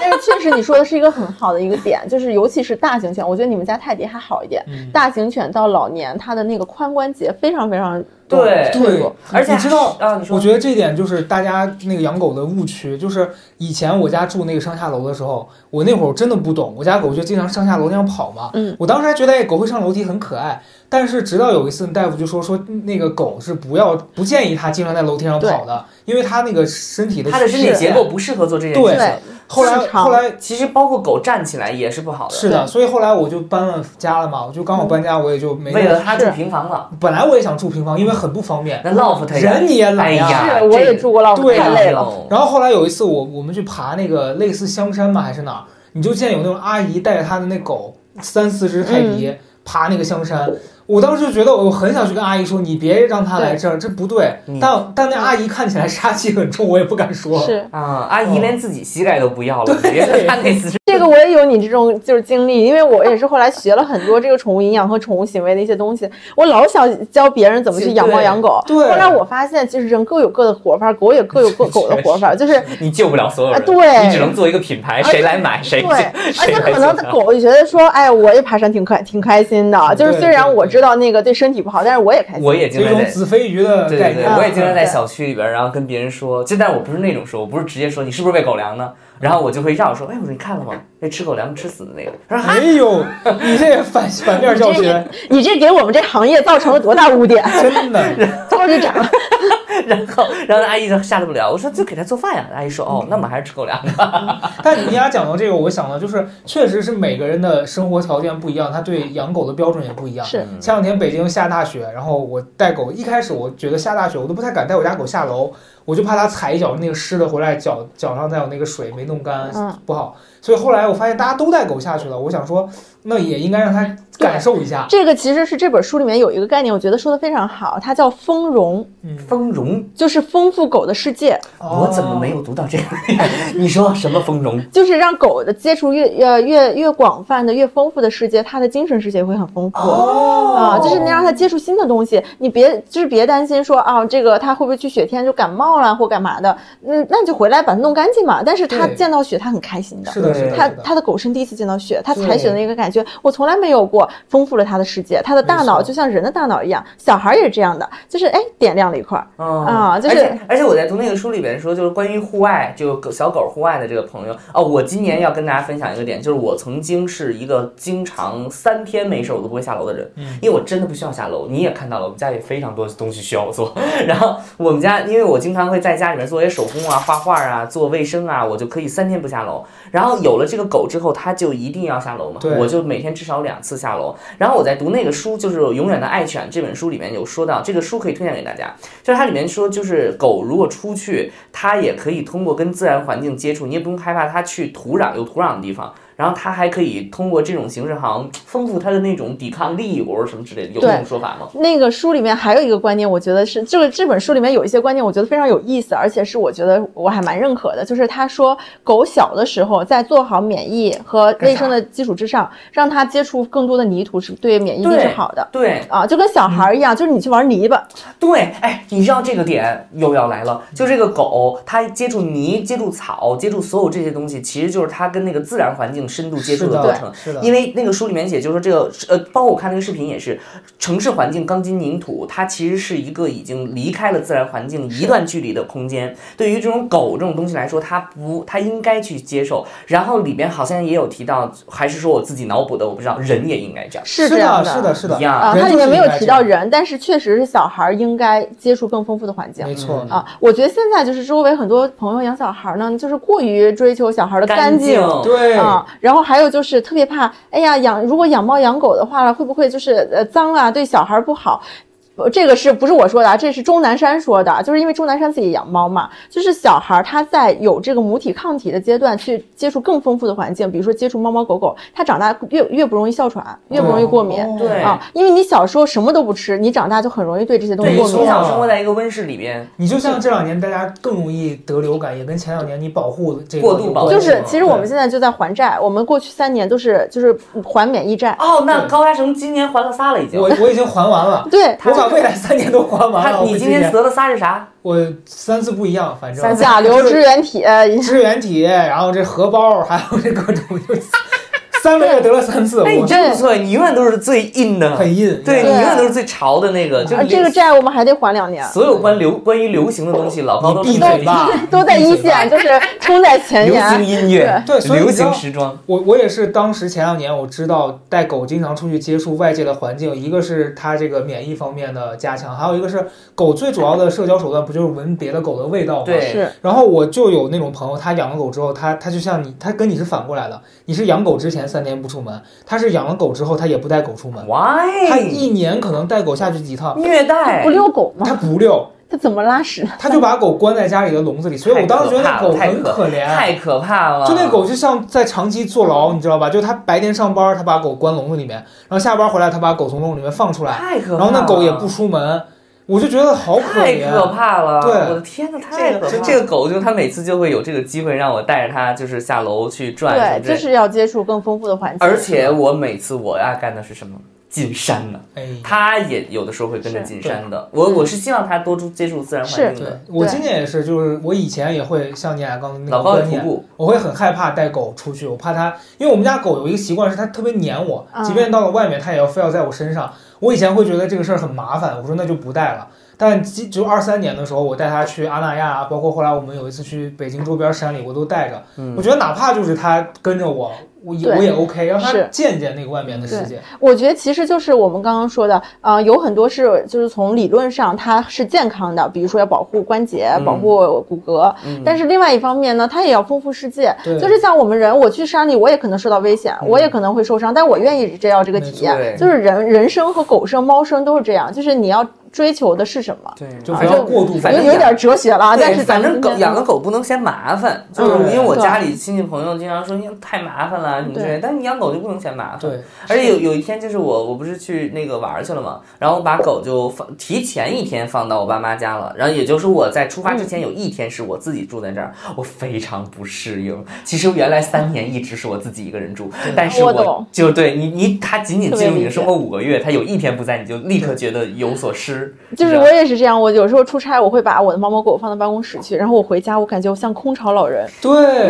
但是确实你说的是一个很好的一个点，就是尤其是大型犬，我觉得你们家泰迪还好一点。
嗯
大型犬到老年，它的那个髋关节非常非常
对
对，
而且
你知道
还啊，你说
我觉得这点就是大家那个养狗的误区，就是以前我家住那个上下楼的时候，我那会儿真的不懂，我家狗就经常上下楼那样跑嘛。
嗯，
我当时还觉得哎，狗会上楼梯很可爱，但是直到有一次大夫就说说那个狗是不要不建议它经常在楼梯上跑的，因为它那个身体的
它的身体结构。不适合做这件事
对
对
情。
后来
正常
后来
其实包括狗站起来也是不好的，
是的，
对
所以后来我就搬了家了嘛，我就刚好搬家，我也就没
嗯
那
为
么。
了它住平房了，
本来我也想住平房，因为很不方便，
那 loft 也
人你也懒
哎呀
是
这，
我也住过浪，
对
太累了。
了
然后后来有一次我我们去爬那个类似香山吧还是哪儿，你就见有那种阿姨带着她的那狗三四只泰迪、
嗯
爬那个香山，我当时就觉得我很想去跟阿姨说你别让它来这儿，这不对
嗯。
但但那阿姨看起来杀气很重，我也不敢说。
是
啊，阿姨连自己膝盖都不要了，别看那姿势。
这个我也有你这种就是经历，因为我也是后来学了很多这个宠物营养和宠物行为的一些东西。我老想教别人怎么去养猫
对
养狗，
对
后来我发现其实人各有各的活法，狗也各有
*laughs*
各狗的活法，就是
你救不了所有
啊
人，
对
你只能做一个品牌，
而且
谁来买谁
对，而
谁
且
来
可
做
能狗也觉得说，哎，我也爬山挺开挺开心的，就是
对
虽然
对
我
对
知道那个对身体不好，但是我也开心。
我也
就
经
一
常
种
在。
子非鱼的
*laughs* 对
概
对对，
念，
我也经常在
嗯
小区里边，然后跟别人说，就但我不是那种说，我不是直接说你是不是喂狗粮呢？然后我就会绕说，哎，我说你看了吗？那吃狗粮吃死的那个，他说啊，
没有，你这也反反面教
*laughs*
学，
你这给我们这行业造成了多大污点？
真的。
造就
*laughs*
长了。
然后然后阿姨就吓得不了，我说就给他做饭呀。阿姨说哦，那我们还是吃狗粮吧。
*laughs* 但你俩讲到这个，我想到就是，确实是每个人的生活条件不一样，他对养狗的标准也不一样。
哎
是
嗯
前两天北京下大雪，然后我带狗，一开始我觉得下大雪，我都不太敢带我家狗下楼，我就怕它踩一脚那个湿的回来，脚脚上再有那个水没弄干，
嗯
不好。所以后来我发现大家都带狗下去了，我想说，那也应该让它感受一下。
这个其实是这本书里面有一个概念，我觉得说的非常好，它叫丰容，
嗯，
丰容，
就是丰富狗的世界，
我怎么没有读到这个？ *laughs* 你说什么丰容？
就是让狗的接触越呃越越广泛的、越丰富的世界，它的精神世界会很丰富。
哦
啊，就是你让它接触新的东西，你别就是别担心说啊，这个它会不会去雪天就感冒了或干嘛的，嗯，那你就回来把它弄干净嘛。但是它
对
见到雪，它很开心的。
是的，是的，
它
是的
它的狗生第一次见到雪，它
对
采血的那个感觉，我从来没有过，丰富了它的世界。它的大
没
脑
错
就像人的大脑一样，小孩儿也是这样的，就是哎点亮了一块儿。
啊
啊就是
而且而且我在读那个书里边说，就是关于户外，就狗小狗户外的这个朋友哦，我今年要跟大家分享一个点，就是我曾经是一个经常三天没事我都不会下楼的人，
嗯
因为我真的不需要下楼。你也看到了，我们家里非常多东西需要我做， *laughs* 然后我们家因为我经常会在家里面做一些手工啊、画画啊、做卫生啊，我就可以三天不下楼。然后有了这个狗之后，它就一定要下楼嘛
对，
我就每天至少两次下楼。然后我在读那个书，就是《永远的爱犬》这本书里面有说到，这个书可以推荐给大家。就是它里面说，就是狗如果出去，它也可以通过跟自然环境接触，你也不用害怕它去土壤有土壤的地方，然后它还可以通过这种形式，好像丰富它的那种抵抗力或者什么之类的，有这种说法吗？
那个书里面还有一个观念，我觉得是这个这本书里面有一些观念，我觉得非常有意思，而且是我觉得我还蛮认可的。就是他说，狗小的时候，在做好免疫和卫生的基础之上，让它接触更多的泥土是对免疫力是好的。
对
啊，就跟小孩
嗯
儿一样，就是你去玩泥巴，
对，哎，你知道这个点又要来了，就这个狗，它接触泥、接触草、接触所有这些东西，其实就是它跟那个自然环境深度接触
是的
过程。
是的
因为那个书里面写，就是说这个呃，包括我看那个视频也是，城市环境钢筋泥土，它其实是一个已经离开了自然环境一段距离的空间。对于这种狗这种东西来说，它不，它应该去接受。然后里边好像也有提到，还是说我自己脑补的，我不知道，人也应该这样。
是这
是
样
的，是的，是的，
一样
啊，
人
它里
就是
面没有
应该
提
这样
到人，但是确实是小孩儿应该接触更丰富的环境
没。错
嗯
啊，我觉得现在就是周围很多朋友养小孩儿呢，就是过于追求小孩儿的干净，
对，
啊、然后还有就是特别怕，哎呀，养如果养猫养狗的话了，会不会就是呃脏啊，对小孩儿不好？呃这个是不是我说的啊？这是钟南山说的，就是因为钟南山自己养猫嘛，就是小孩儿他在有这个母体抗体的阶段去接触更丰富的环境，比如说接触猫猫狗狗，他长大越越不容易哮喘，越不容易过敏。
哦
对
啊，因为你小时候什么都不吃，你长大就很容易对这些东
对
西
你
过
从
敏。
小生活在一个温室里边，
你就像这两年大家更容易得流感，也跟前两年你保护这个
过度保护
有关
就
系
是，
嘛
其实我们
对
现在就在还债，我们过去三年都是就是还免疫债。
哦，那高大成今年还了仨了已经。
我我已经还完了，
对，
我把未来三年都还完
他
了。我
你今
年
天得了仨是啥？
我三次不一样，反正
三次
甲流
就是
啊支原体，呃
支原体，然后这荷包，还有这各种，就三个月得了三
*laughs*
次，
哎，你
我
真不错，你永远都是最硬的，
很硬。
对你
对
永远都是最潮的那个，就
呃
是
这个债我们还得还两年，
所有关流关于流行的东西，老高
你
都
闭
是
嘴吧，
都在一线，就是冲在前
流行
沿。
音乐，
对所以你
流
知道
行时装，
我我也是，当时前两年我知道带狗经常出去接触外界的环境，一个是它这个免疫方面的加强，还有一个是狗最主要的社交手段不就是闻别的狗的味道吗？
对
是
然后我就有那种朋友，他养了狗之后，他他就像你，他跟你是反过来的，你是养狗之前三年不出门，他是养了狗之后他也不带狗出门，他
why
一年可能带狗下去几趟，
虐待
不？遛狗吗？
他不遛，
他怎么拉屎？
他就把狗关在家里的笼子里，所以我当时觉得那狗
太
很
可
可怜。啊
太可怕了，
就那狗就像在长期坐牢，你知道吧？就他白天上班，他把狗关笼子里面，然后下班回来，他把狗从笼子里面放出来，
太可怕
然
了，
后那狗也不出门，我就觉得好可
太
怜。啊
可怕了！
对
我的天呐，太可怕了！这个狗就它每次就会有这个机会让我带着它，就是下楼去转什
对，
么之类的，
就是要接触更丰富的环境。
而且我每次我要干的是什么？进山呢？
哎，
它也有的时候会跟着
是
进山的。我我是希望它多接触自然环境
对
的。
我今年也是，就是我以前也会像你俩刚刚那
老
个
高的
观
徒
念，
步，
我会很害怕带狗出去，我怕它，因为我们家狗有一个习惯是它特别粘我，
嗯
即便到了外面它也要非要在我身上。我以前会觉得这个事儿很麻烦，我说那就不带了。但几就二三年的时候，我带它去阿那亚，包括后来我们有一次去北京周边山里，我都带着。
嗯
我觉得哪怕就是它跟着我，我也
对
我也 OK，让它
是
见见那个外面的世界。
我觉得其实就是我们刚刚说的，呃，有很多是就是从理论上它是健康的，比如说要保护关节、
嗯
保护骨骼，
嗯
但是另外一方面呢，它也要丰富世界。
对
就是像我们人，我去山里，我也可能受到危险，我也可能会受伤，但我愿意这要这个体
嗯没
验。
错
就是人人生和狗生、猫生都是这样，就是你要追求的是什么。
对，
就
啊
不要过度
有
反
正
有点哲学了啊，
对
但是咱
反
们
正狗
今天
养个狗不能嫌麻烦，就是因
嗯
为我
对
家里亲戚朋友经常说你太麻烦了什么之类的，但是你养狗就不能嫌麻烦。
对，
而且有有一天，就是我我不是去那个玩儿去了嘛，然后我把狗就放提前一天放到我爸妈家了，然后也就是我在出发之前有一天是我自己住在这儿，我非常不适应。其实原来三年一直是我自己一个人住，但是
我
我
懂
就对你你它仅仅
特别
进入你
理
的
解
生活五个月，它有一天不在，你就立刻觉得有所失。
就是
你
我
知道
也是这样，我有时候出差，我会把我的猫猫狗放到办公室去，然后我回家，我感觉我像空巢老人。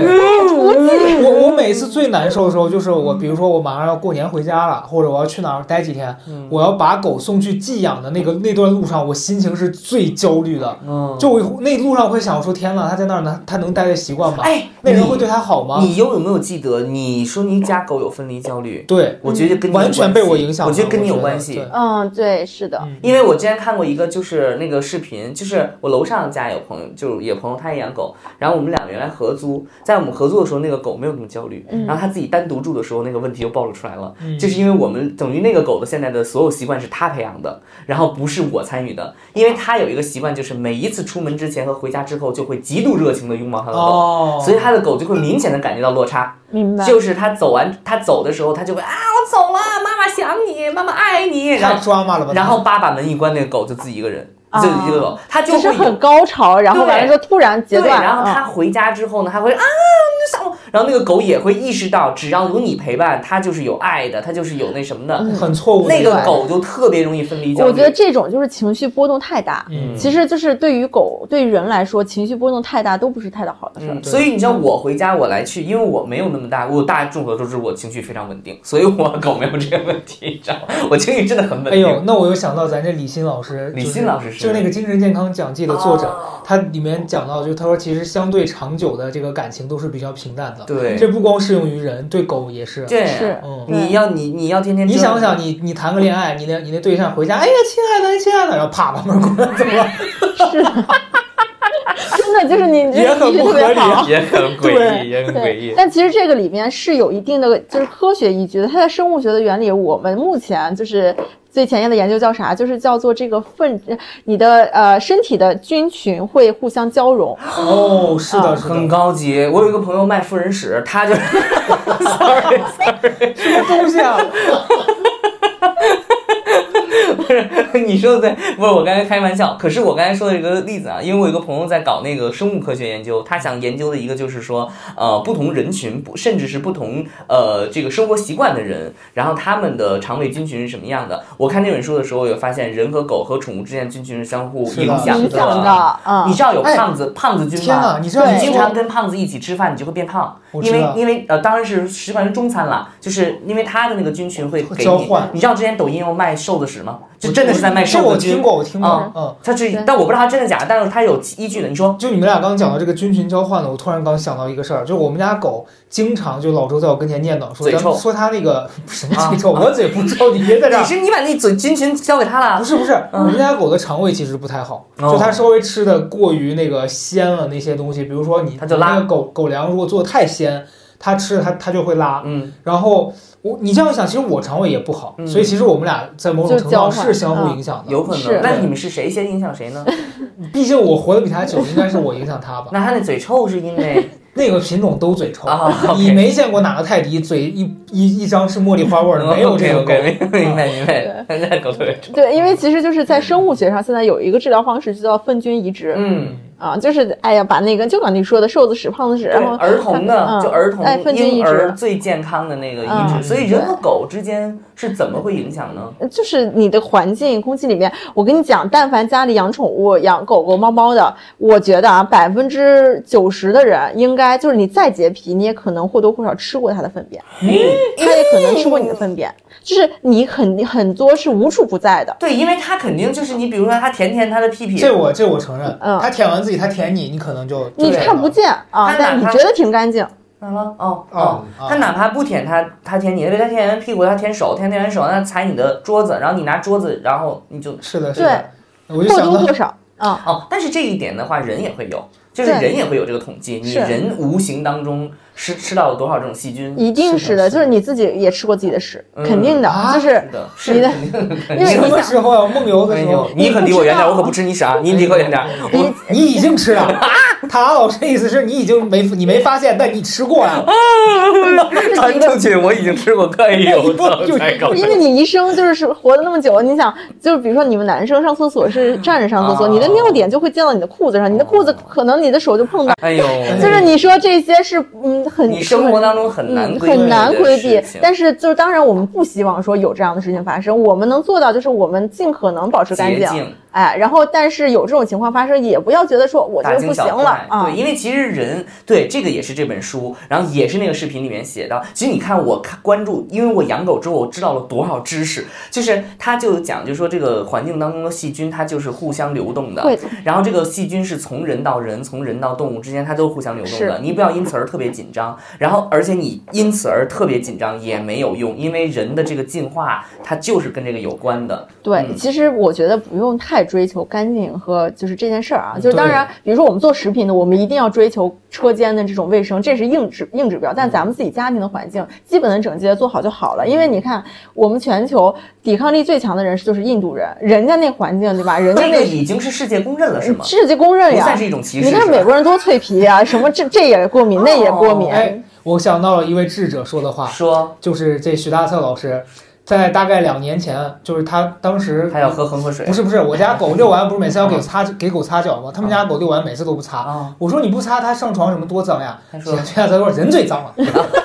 对，我我每次最难受的时候就是我，比如说我马上要过年回家了，或者我要去哪儿待几天，
嗯
我要把狗送去寄养的那个那段路上，我心情是最焦虑的。
嗯，
就我那路上会想，我说天呐，它在那儿呢，它能待的习惯吗？
哎，
那人会
你
对它啊好吗？
你又有没有记得你说你家狗有分离焦虑？
对，
我觉得跟你有
完全
关
被
系
我影响了
我觉得跟你有
我觉得
关系
对。
嗯，对，是的，
嗯
因为我之前看过一个，就是那个视频，就是我楼上家有朋友，就是有朋友他也养狗，然后我们俩原来合租，在我们合租的时候，那个狗没有那么焦虑，
嗯
然后他自己单独住的时候，那个问题就暴露出来了，就是因为我们等于那个狗的现在的所有习惯是他培养的，然后不是我参与的，因为他有一个习惯，就是每一次出门之前和回家之后，就会极度热情的拥抱他的狗。
哦，
所以他的狗就会明显的感觉到落差，
明白。
就是他走完他走的时候，他就会啊，我走了，妈妈想你，妈妈爱
*laughs*
你，然后
太抓马了吧？
然后八把门一关，那个狗就自己一个人，
啊
就一个狗，它就
就
会
是
有
很高潮，然后完了之后突然截
对，
断，
然后它
嗯
回家之后呢，它会啊，你想我，然后那个狗也会意识到，只要有你陪伴，它就是有爱的，它就是有那什么的。
很错误的
那
一
个
点，
狗就特别容易分离焦虑。
嗯我觉得这种就是情绪波动太大。
嗯
其实就是对于狗、对于人来说，情绪波动太大都不是太的好的事儿。
嗯，所以你像我回家我来去，因为我没有那么大，我大众所周知，我情绪非常稳定， *laughs* 所以我狗没有这个问题，你知道吗？我情绪真的很稳
哎
定。
呦，那我又想到咱这李欣老师，
李
就是
欣老师是哦
就那个精神健康讲记的作者，他里面讲到，就他说，其实相对长久的这个感情都是比较平淡的。
对
这不光适用于人，对狗也是。
对，
是
嗯，
你要你你要天天
你
折
想
腾
想，你你谈个恋爱，你那你那对象回家，哎呀，亲爱的，亲爱的，然后啪把门关了，怎么了？
真的就是你
也
这
很
个情绪
不合
特别
理
好。
也很啊诡
*laughs* 对
异，也很诡
对
异，。
但其实这个里面是有一定的就是科学依据的，它在生物学的原理，我们目前就是最前沿的研究叫啥？就是叫做这个粪，你的呃身体的菌群会互相交融。
哦，是的，是
很
的，
高级。我有一个朋友卖富人屎，他就，sorry sorry，
什么东西啊？
不是 *laughs* 你说的对，不是我刚才开玩笑。可是我刚才说的一个例子啊，因为我有一个朋友在搞那个生物科学研究，他想研究的一个就是说，呃，不同人群，不甚至是不同呃这个生活习惯的人，然后他们的肠胃菌群是什么样的。我看那本书的时候，有发现人和狗和宠物之间的菌群是相互
是的
影响
影响的嗯
你知道有
哎
胖子、胖子菌吗？
天哪你这样
一
经
说
常跟胖子一起吃饭，你就会变胖，
我
因
知
为
道
因为呃，当然是食管是中餐了，就是因为他的那个菌群会给
交
你
换。
你知道之前抖音有卖瘦子屎吗？ *laughs* 就真的是在卖
这
瘦
我
子菌
听。过，我听过
啊，
嗯。
他是
对，
但我不知道他真的假的，但是他有依据的。你说
就你们俩刚讲到这个菌群交换呢，我突然刚想到一个事儿，就是我们家狗经常就老周在我跟前念叨说，
嘴
咱
臭
们说它那
*laughs*
个什么
啊
嘴臭，我嘴不臭，你别在这
你
儿。
是你把那嘴菌群交给他
不
了，
是不是，我们家狗的肠胃其实不太好，
嗯哦
就它稍微吃的过于那个鲜了那些东西，比如说你
它就拉
那个狗狗粮，如果做的太鲜，它吃了它它就会拉。
嗯，
然后我你这样想，其实我肠胃也不好，
嗯
所以其实我们俩在某种
就
程度上
交换嗯
是相互影响的。
有可能
是。
那你们是谁先影响谁呢？
毕竟我活得比它久，应该是我影响它吧。
*laughs* 那他那嘴臭是因
*laughs*
为
那个品种都
*laughs*
嘴臭
啊，OK
你没见过哪个泰迪嘴一一一张是茉莉花味儿的，没
*laughs*
有这种狗。
OK，OK，明白明白，那那狗特别臭。
对，因为其实就是在生物学上，现在有一个治疗方式就叫粪菌移植、
嗯。
啊，就是哎呀，把那个就管你说的瘦子屎、胖子屎，然
对
后
儿童的，
嗯
就儿童
哎粪菌移
婴儿
植
最健康的那个移植，
嗯
所以人
对
和狗之间是怎么会影响呢？
就是你的环境、空气里面，我跟你讲，但凡家里养宠物、养狗狗、猫猫的，我觉得啊，百分之九十的人应该就是你再洁癖，你也可能或多或少吃过它的粪便，它也可能吃过你的粪便，就是你很很多是无处不在的。
对，因为它肯定就是你，比如说它舔舔它的屁屁，
这我这我承认，
嗯
它舔完自己，它舔你，你可能就
你
就
看不见啊
它，
但你
哪怕
觉得挺干净。
咋了？哦
哦
哦，
哦
它哪怕不舔它，它舔你，而且它舔完屁股，它舔手，舔舔完手，它踩你的桌子，然后你拿桌子，然后你就。
是的，是的。我就
或
想
多
到 *laughs*
或少啊。
哦，但是这一点的话，人也会有，就是
对
人也会有这个统计，你
是
人无形当中吃吃到了多少这种细菌？
一定
是
是
的
的，
是的
就是你自己也吃过自己的屎，
嗯
肯定的，
啊
就是
是的，是
你的
的，肯定的。
因为
什么
你想，
时候啊？梦游的
哎
时
呦
候，，
你可离我远点，
你不知道
我可不吃你屎啊！你离我远点。我
你
你已经
*laughs*
吃了。塔老师的意思是你已经没你没发现，但你吃过
*laughs*
了。
传出去，我已经吃过可以
*laughs*
有
就
的
哎
太高了。
因为你一生就是活了那么久，你想，就是比如说你们男生上厕所是站着上厕所，
啊哦
你的尿点就会溅到你的裤子上，你的裤子可能你的手就碰到。
哎呦，
就是你说这些是嗯很
你生活当中很难
嗯
规避
很难
的
规
事
避
情，
但是就是当然我们不希望说有这样的事情发生，我们能做到就是我们尽可能保持干
洁
净，
净
哎，然后但是有这种情况发生，也不要觉得说我就
大惊
不行
小
了
怪。
啊
对，，因为其实人对这个也是这本书，然后也是那个视频里面写的。其实你看，我看关注，因为我养狗之后，我知道了多少知识。就是他就讲，就说这个环境当中的细菌，它就是互相流动的。
会
然后这个细菌是从人到人，从人到动物之间，它都互相流动的。
是
你不要因此而特别紧张，然后而且你因此而特别紧张也没有用，因为人的这个进化，它就是跟这个有关的。
对，
嗯
其实我觉得不用太追求干净和就是这件事儿
嗯
啊，就是当
对
然，比如说我们做食品的，我们一定要追求车间的这种卫生，这是硬指硬指标。
嗯
但咱们自己家庭的环境，基本的整洁做好就好了。因为你看，我们全球抵抗力最强的人就是印度人，人家那环境对吧？人家
这个
那
已经是世界公认了，是吗？
世界公认
不
呀
算是。一种歧视。
你看
是吧哦
美国人多脆皮啊，什么这这也过敏，那也过敏。
哎，我想到了一位智者说的话，
啊说
就是这徐大策老师，在大概两年前，就是他当时
他要喝恒河水，
不是不是，我家狗遛完不是每次要给擦给狗擦脚吗？他们家狗遛完每次都不擦。
啊？
我说你不擦它上床什么多脏呀？
他说
*laughs* 徐大策说人最脏了。 *laughs*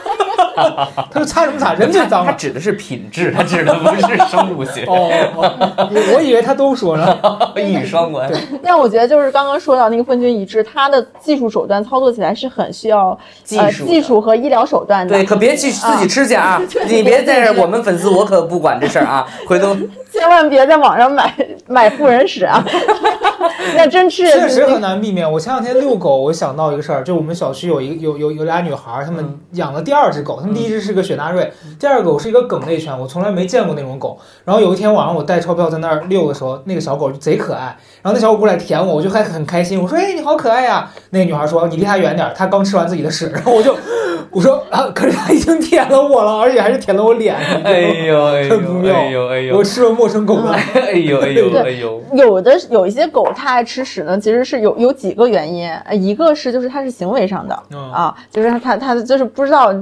他说擦什么擦，人最脏
他
了。
指的是品质， *laughs* 他指的不是生物学， *laughs*
哦，哦哦我我以为他都说了。
一语双关。
但我觉得就是刚刚说到那个粪菌移植，它的技术手段操作起来是很需要
技
呃
术的
技术和医疗手段的。
对，可别去自己吃去
*laughs*
啊！你别在这儿，我们粉丝我可不管这事儿啊！回头
千万别在网上买买富人屎啊！ *laughs* 那真是
确实很难避免。我前两天遛狗，我想到一个事儿，就我们小区有一个有有有俩女孩儿，她
嗯
们养了第二只狗，她们第一只是个雪纳瑞，第二狗是一个梗类犬，我从来没见过那种狗。然后有一天晚上我带钞票在那儿遛的时候，那个小狗就贼可爱，然后那小狗过来舔我，我就还很开心，我说哎你好可爱呀、那个女孩说你离它远点儿，它刚吃完自己的屎，然后我就我说啊，可是它已经舔了我了，而且还是舔了我脸，你知道吗
哎呦哎呦
很不妙
哎呦哎呦
我吃了陌生狗的。
哎呦哎 *laughs* 呦哎呦，
有的有一些狗它爱吃屎呢，其实是有有几个原因，呃一个是就是它是行为上的、
嗯
啊，就是它它它就是不知道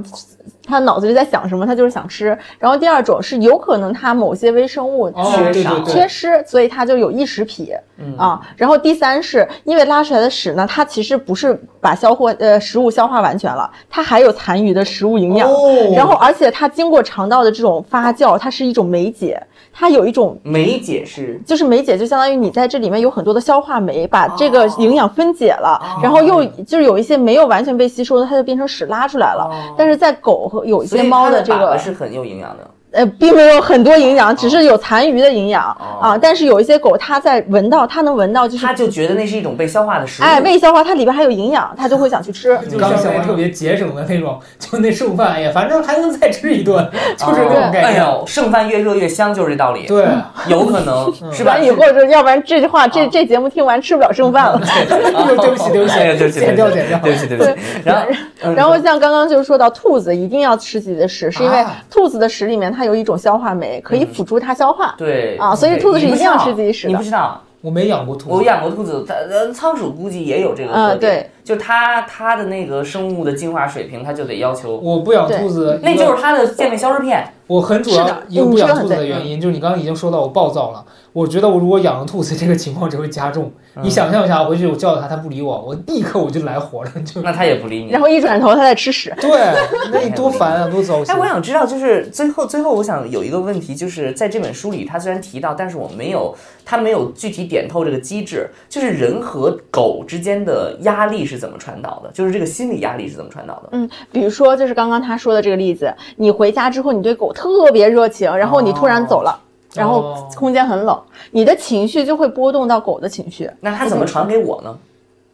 它脑子里在想什么，它就是想吃。然后第二种是有可能它某些微生物
*laughs* 哦
缺
对
少、
对对
啊缺失，所以它就有异食癖、
嗯
啊。然后第三是因为拉出来的屎呢，它其实不是把消化呃食物消化完全了，它还有残余的食物营养。
哦
然后，而且它经过肠道的这种发酵，它是一种酶解，它有一种
没解释，
就是酶解，就相当于你在这里面有很多的消化酶，把
哦
这个营养分解了，然后又就是有一些没有完全被吸收的，它就变成屎拉出来了。
哦
但是在狗和有一
所
些
以
猫
它的
这
粑粑
个，
是很有营养的。
呃，并没有很多营养，只是有残余的营养、
哦
啊。但是有一些狗，它在闻到，它能闻到，就是
他就觉得那是一种被消化的食物。啊
哎未消化，它里边还有营养，它就会想去 *laughs* 吃。
就刚想的特别节省的那种，就那剩饭，哎呀，反正还能再吃一
哦
顿，就是这种概
哎
念。
呦，剩饭越热越香，就是这道理。，
对， *laughs* 嗯
有可能是吧？
完
*laughs*
以后就，要不然这句话，这这节目听完吃不了剩饭 *laughs* 了。
对对不起，对不
哎呀，对不
起，
起，
剪掉，剪掉。
对不起，对不起。然后，嗯
然后像刚刚就是说到兔子一定要吃自己的屎，是因为
啊
兔子的屎里面它有一种消化酶，可以辅助它消化。
对
啊所以
对
兔子是
你不
一定要
知道
吃自己屎的嗯
你不知道，
我没养过兔子，
我养过兔子，它呃仓鼠估计也有这个
嗯
特点
对，
就它它的那个生物的进化水平，它就得要求，
我不养兔子，
那
一个
就是它的健胃消食片。
我很主要
是的嗯
一个不养兔子的原因，就是你刚刚已经说到我暴躁了。我觉得我如果养了兔子，这个情况只会加重。
嗯
你想象一下，我回去我叫它，它不理我，我立刻我就来火了，就
那它也不理你
然。后一转头它在吃屎，
对， *laughs* 那你多烦啊，多糟心
哎，。我想知道，就是最后最后，我想有一个问题，就是在这本书里，它虽然提到，但是我没有，它没有具体点透这个机制，就是人和狗之间的压力是怎么传导的，就是这个心理压力是怎么传导的。
嗯，比如说就是刚刚他说的这个例子，你回家之后你对狗特别热情，然后你突然走了，然后
哦
空间很冷，你的情绪就会波动到狗的情绪，
那它怎么传给我呢？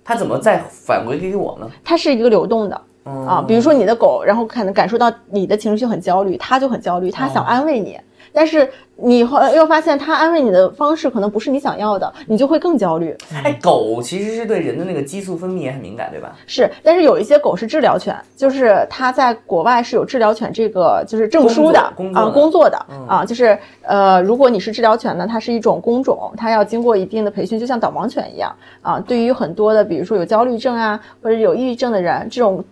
它怎么再返回给我呢？
它是一个流动的。啊，比如说你的狗，然后可能感受到你的情绪很焦虑，它就很焦虑，它想安慰你，但是你后来又发现它安慰你的方式可能不是你想要的，你就会更焦虑。
哎，狗其实是对人的那个激素分泌也很敏感，对吧？
是，但是有一些狗是治疗犬，就是它在国外是有治疗犬这个就是证
工
书的
作工作
啊、
的嗯
工作的啊，就是呃，如果你是治疗犬呢，它是一种工种，它要经过一定的培训，就像导盲犬一样啊。对于很多的，比如说有焦虑症啊或者有抑郁症的人，这种。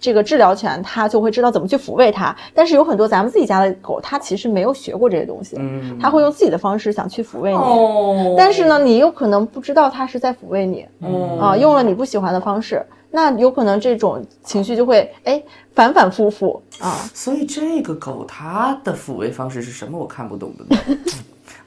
这个治疗犬，它就会知道怎么去抚慰它，但是有很多咱们自己家的狗，它其实没有学过这些东西，
嗯，
它会用自己的方式想去抚慰你，
哦
但是，呢，你有可能不知道它是在抚慰你，
嗯
啊，用了你不喜欢的方式，那有可能这种情绪就会哎反反复复啊。
所以这个狗它的抚慰方式是什么？我看不懂的呢。 *laughs*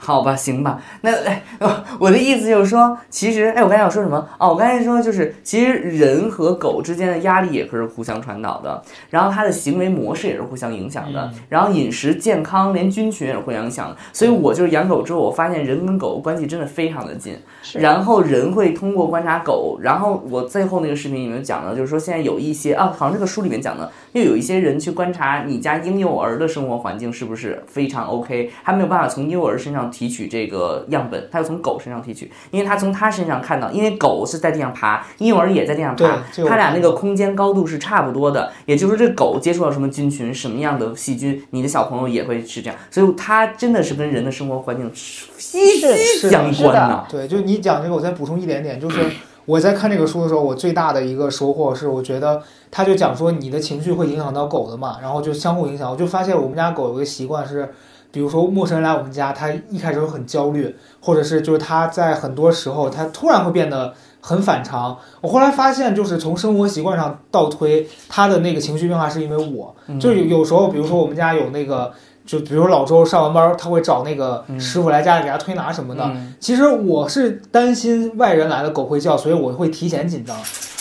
好吧，行吧，那哎，呃我的意思就是说，其实哎，我刚才要说什么？哦，我刚才说就是，其实人和狗之间的压力也是互相传导的，然后它的行为模式也是互相影响的，然后饮食健康连菌群也是互相影响的。所以我就是养狗之后，我发现人跟狗关系真的非常的近，然后人会通过观察狗，然后我最后那个视频里面讲的，就是说现在有一些啊，好像这个书里面讲的，又有一些人去观察你家婴幼儿的生活环境是不是非常 OK，他没有办法从婴幼儿身上提取这个样本，他要从狗身上提取，因为他从他身上看到，因为狗是在地上爬，婴幼儿也在地上
对
爬，
这个
他
我
俩那
看
个
过
空间高度是差不多的，也就是这狗接触到什么菌群、什么样的细菌，你的小朋友也会是这样，所以它真的是跟人的生活环境息
是
息
是的
相
是
关
的
呢。
对，就你讲这个，我再补充一点点，就是我在看这个书的时候，我最大的一个收获是，我觉得他就讲说你的情绪会影响到狗的嘛，然后就相互影响。我就发现我们家狗有一个习惯是，比如说陌生人来我们家，它一开始会很焦虑，或者是就是它在很多时候它突然会变得。很反常，我后来发现，就是从生活习惯上倒推，它的那个情绪变化是因为我，
嗯
就是有有时候，比如说我们家有那个，就比如说老周上完班儿，他会找那个师傅来家里给他推拿什么的，
嗯
其实我是担心外人来了狗会叫，所以我会提前紧张。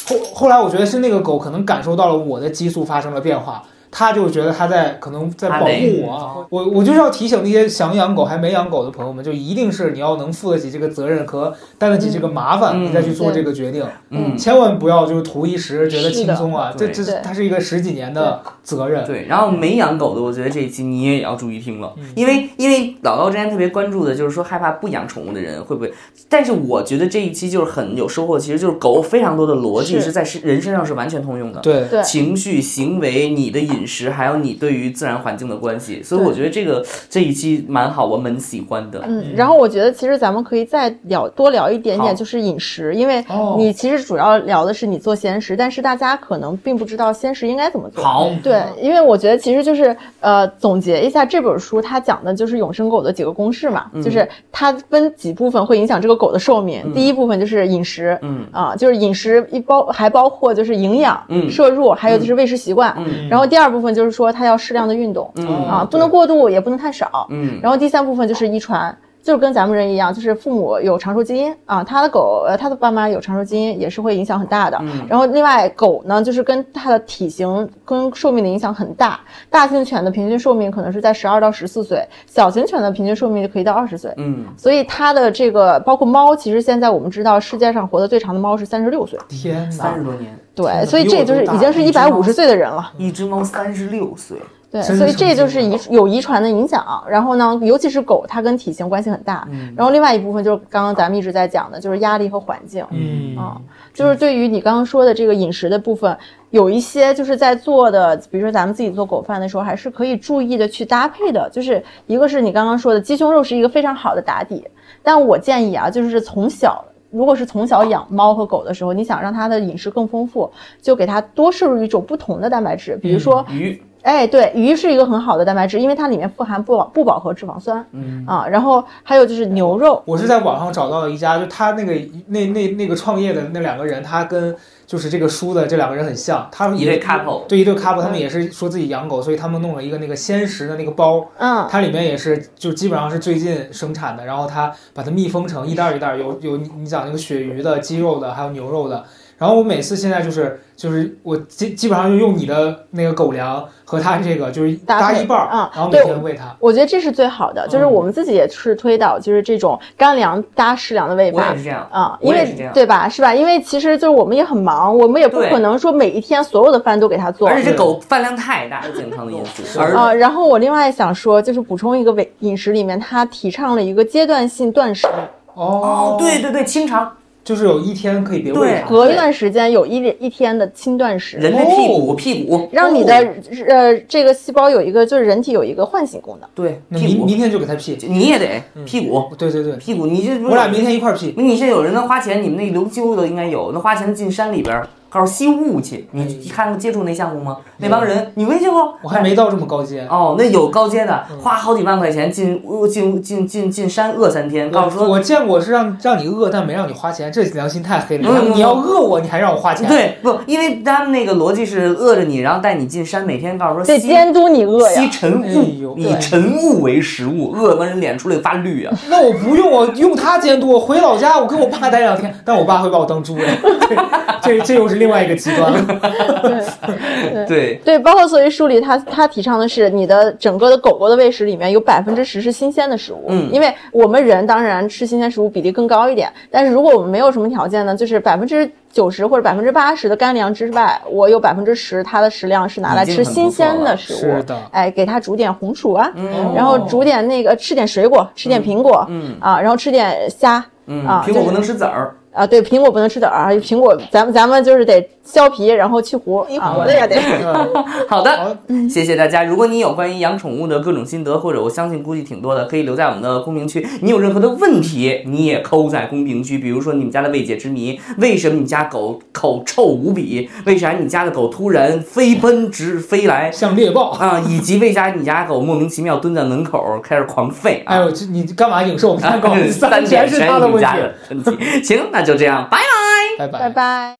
后后来我觉得是那个狗可能感受到了我的激素发生了变化，他就觉得他在可能在保
他得
护我啊，我我就是要提醒那些想养狗还没养狗的朋友们，就一定是你要能负得起这个责任和担得起这个麻烦，
嗯
你再去做这个决定，
嗯，
千万不要就是图一时觉得
是
轻
的
松啊，这
对
这
对
它是一个十几年的责任，
对，然后没养狗的，我觉得这一期你也要注意听了，
嗯
因为因为老高之前特别关注的就是说害怕不养宠物的人会不会，但是我觉得这一期就是很有收获，其实就是狗非常多的逻辑
是
是在是人身上是完全通用的。
对
对
情绪、行为、你的饮食，还有你对于自然环境的关系，所以我觉得这个这一期蛮好，我蛮喜欢的。
嗯，然后我觉得其实咱们可以再聊多聊一点
好
点，就是饮食，因为
哦
你其实主要聊的是你做鲜食，但是大家可能并不知道鲜食应该怎么做。
好，嗯
对，因为我觉得其实就是呃，总结一下这本书，它讲的就是永生狗的几个公式嘛，
嗯
就是它分几部分会影响这个狗的寿命。第一部分就是饮食，
嗯
啊，就是饮食一包还包括就是营养、
嗯
摄入，还有就是喂食习惯。
嗯
然后第二部分就是说它要适量的运动，
嗯
啊，不能过度，也不能太少。
嗯，
然后第三部分就是遗传，就是跟咱们人一样，就是父母有长寿基因啊，他的狗呃他的爸妈有长寿基因也是会影响很大的。
嗯
然后另外狗呢，就是跟它的体型跟寿命的影响很大，大型犬的平均寿命可能是在十二到十四岁，小型犬的平均寿命就可以到二十岁。
嗯，
所以它的这个包括猫，其实现在我们知道世界上活得最长的猫是三十六岁，
天
三
哪
十，多年，
天哪
对，所以
比我
这就是
都大
已经是一
你知道
百五十岁的人了。
一只猫三十六岁，
对，
真
所以
是很
这就是
惊
遗有遗传的影响。然后呢，尤其是狗，它跟体型关系很大。
嗯
然后另外一部分就是刚刚咱们一直在讲的，就是压力和环境。
嗯
啊，就是对于你刚刚说的这个饮食的部分，有一些就是在做的，比如说咱们自己做狗饭的时候，还是可以注意的去搭配的。就是一个是你刚刚说的鸡胸肉是一个非常好的打底，但我建议啊，就是从小。如果是从小养猫和狗的时候，你想让它的饮食更丰富，就给它多摄入一种不同的蛋白质，比如
嗯
说
鱼，
哎，对，鱼是一个很好的蛋白质，因为它里面富含不饱不饱和脂肪酸，
嗯
啊，然后还有就是牛肉，
我是在网上找到了一家，就他那个那那那个创业的那两个人，他跟就是这个书的这两个人很像，他们
一
也
对 couple，
对一对 couple，他们也
嗯
是说自己养狗，所以他们弄了一个那个鲜食的那个包，
嗯，
它里面也是就基本上是最近生产的，然后它把它密封成一袋儿一袋儿，有有你你讲那个鳕鱼的、鸡肉的，还有牛肉的。然后我每次现在就是就是我基基本上就用你的那个狗粮和它这个就是
搭
搭
配
一半儿，
啊
然后每
对
天喂它。
我觉得这是最好的，
嗯
就是我们自己也是推导，就是这种干粮搭适量的喂
我也
法
是。这样，
啊、
我
因
也是这
为
样
对吧，是吧？因为其实就是我们也很忙，我们也不
对
可能说每一天所有的饭都给它做。
而且
对
这狗饭量太大，是健康的因素，而
啊、然后我另外想说，就是补充一个维饮食里面，它提倡了一个阶段性断食，
哦
哦，对，对对，清肠，
就是有一天可以别喂
对
它。
隔一段时间有一一天的轻断食。
人的屁股，屁股，
让你的、
哦
呃这个细胞有一个就是人体有一个唤醒功能。
对
那
屁
明
股，
明天就给它屁。
你也得屁股，
对对对，
屁股，你这
我俩明天一块儿屁。
你现在有人能花钱，你们那灵柩的应该有，那花钱进山里边儿，告诉吸雾去。你看过接触那项目吗？那帮人，你没见过？
我还没嗯到这么高啊阶。
哦，那有高阶的，花好几万块钱进呃进进进进山饿三天，告诉
我
说，
我见过是让让你饿，但没让你花钱，这良心太黑了。
嗯
你要饿我，你还让我花钱？，
对，不，因为他们那个逻辑是饿着你，然后带你进山，每天告诉说
得
吸
监督你饿
吸
呀，
尘
哎呦
雾，以
对嗯
尘雾为食物，饿得人脸出来发绿啊！
那我不用，我用它监督。我回老家，我跟我爸待两天，但我爸会把我
*laughs*
当猪的。这这这又是另外一个极端了。
对
嗯
对，
对，包括所以书里它它提倡的是你的整个的狗狗的喂食里面有百分之十是新鲜的食物，
嗯
因为我们人当然吃新鲜食物比例更高一点，但是如果我们没有什么条件呢，就是百分之九十或者百分之八十的干粮之外，我有百分之十它的食量是拿来
已经
吃
很
新
不错
鲜
了
的食物，
是的
哎，给它煮点红薯啊，
嗯
然后煮点那个呃吃点水果，吃点苹果，
嗯
啊，然后吃点虾，
嗯，
啊
苹果
就是
不能吃籽儿，
啊，对，苹果不能吃籽儿啊，苹果咱们咱们就是得削皮，然后去核啊，我的也得。
嗯
好
好
的，谢谢大家。如果你有关于养宠物的各种心得，或者我相信估计挺多的，可以留在我们的公屏区。你有任何的问题，你也扣在公屏区。比如说你们家的未解之谜，为什么你家狗口臭无比？为啥你家的狗突然飞奔直飞来？
像猎豹。
啊，以及为啥你家狗莫名其妙蹲在门口开始狂吠啊？
哎呦，这你干嘛影射我们家狗？
*laughs* 三
*laughs* 三
点
全是
全
他
你
的
们
问
家
题。
的问题。行，那就这样，拜拜。
拜拜
拜拜。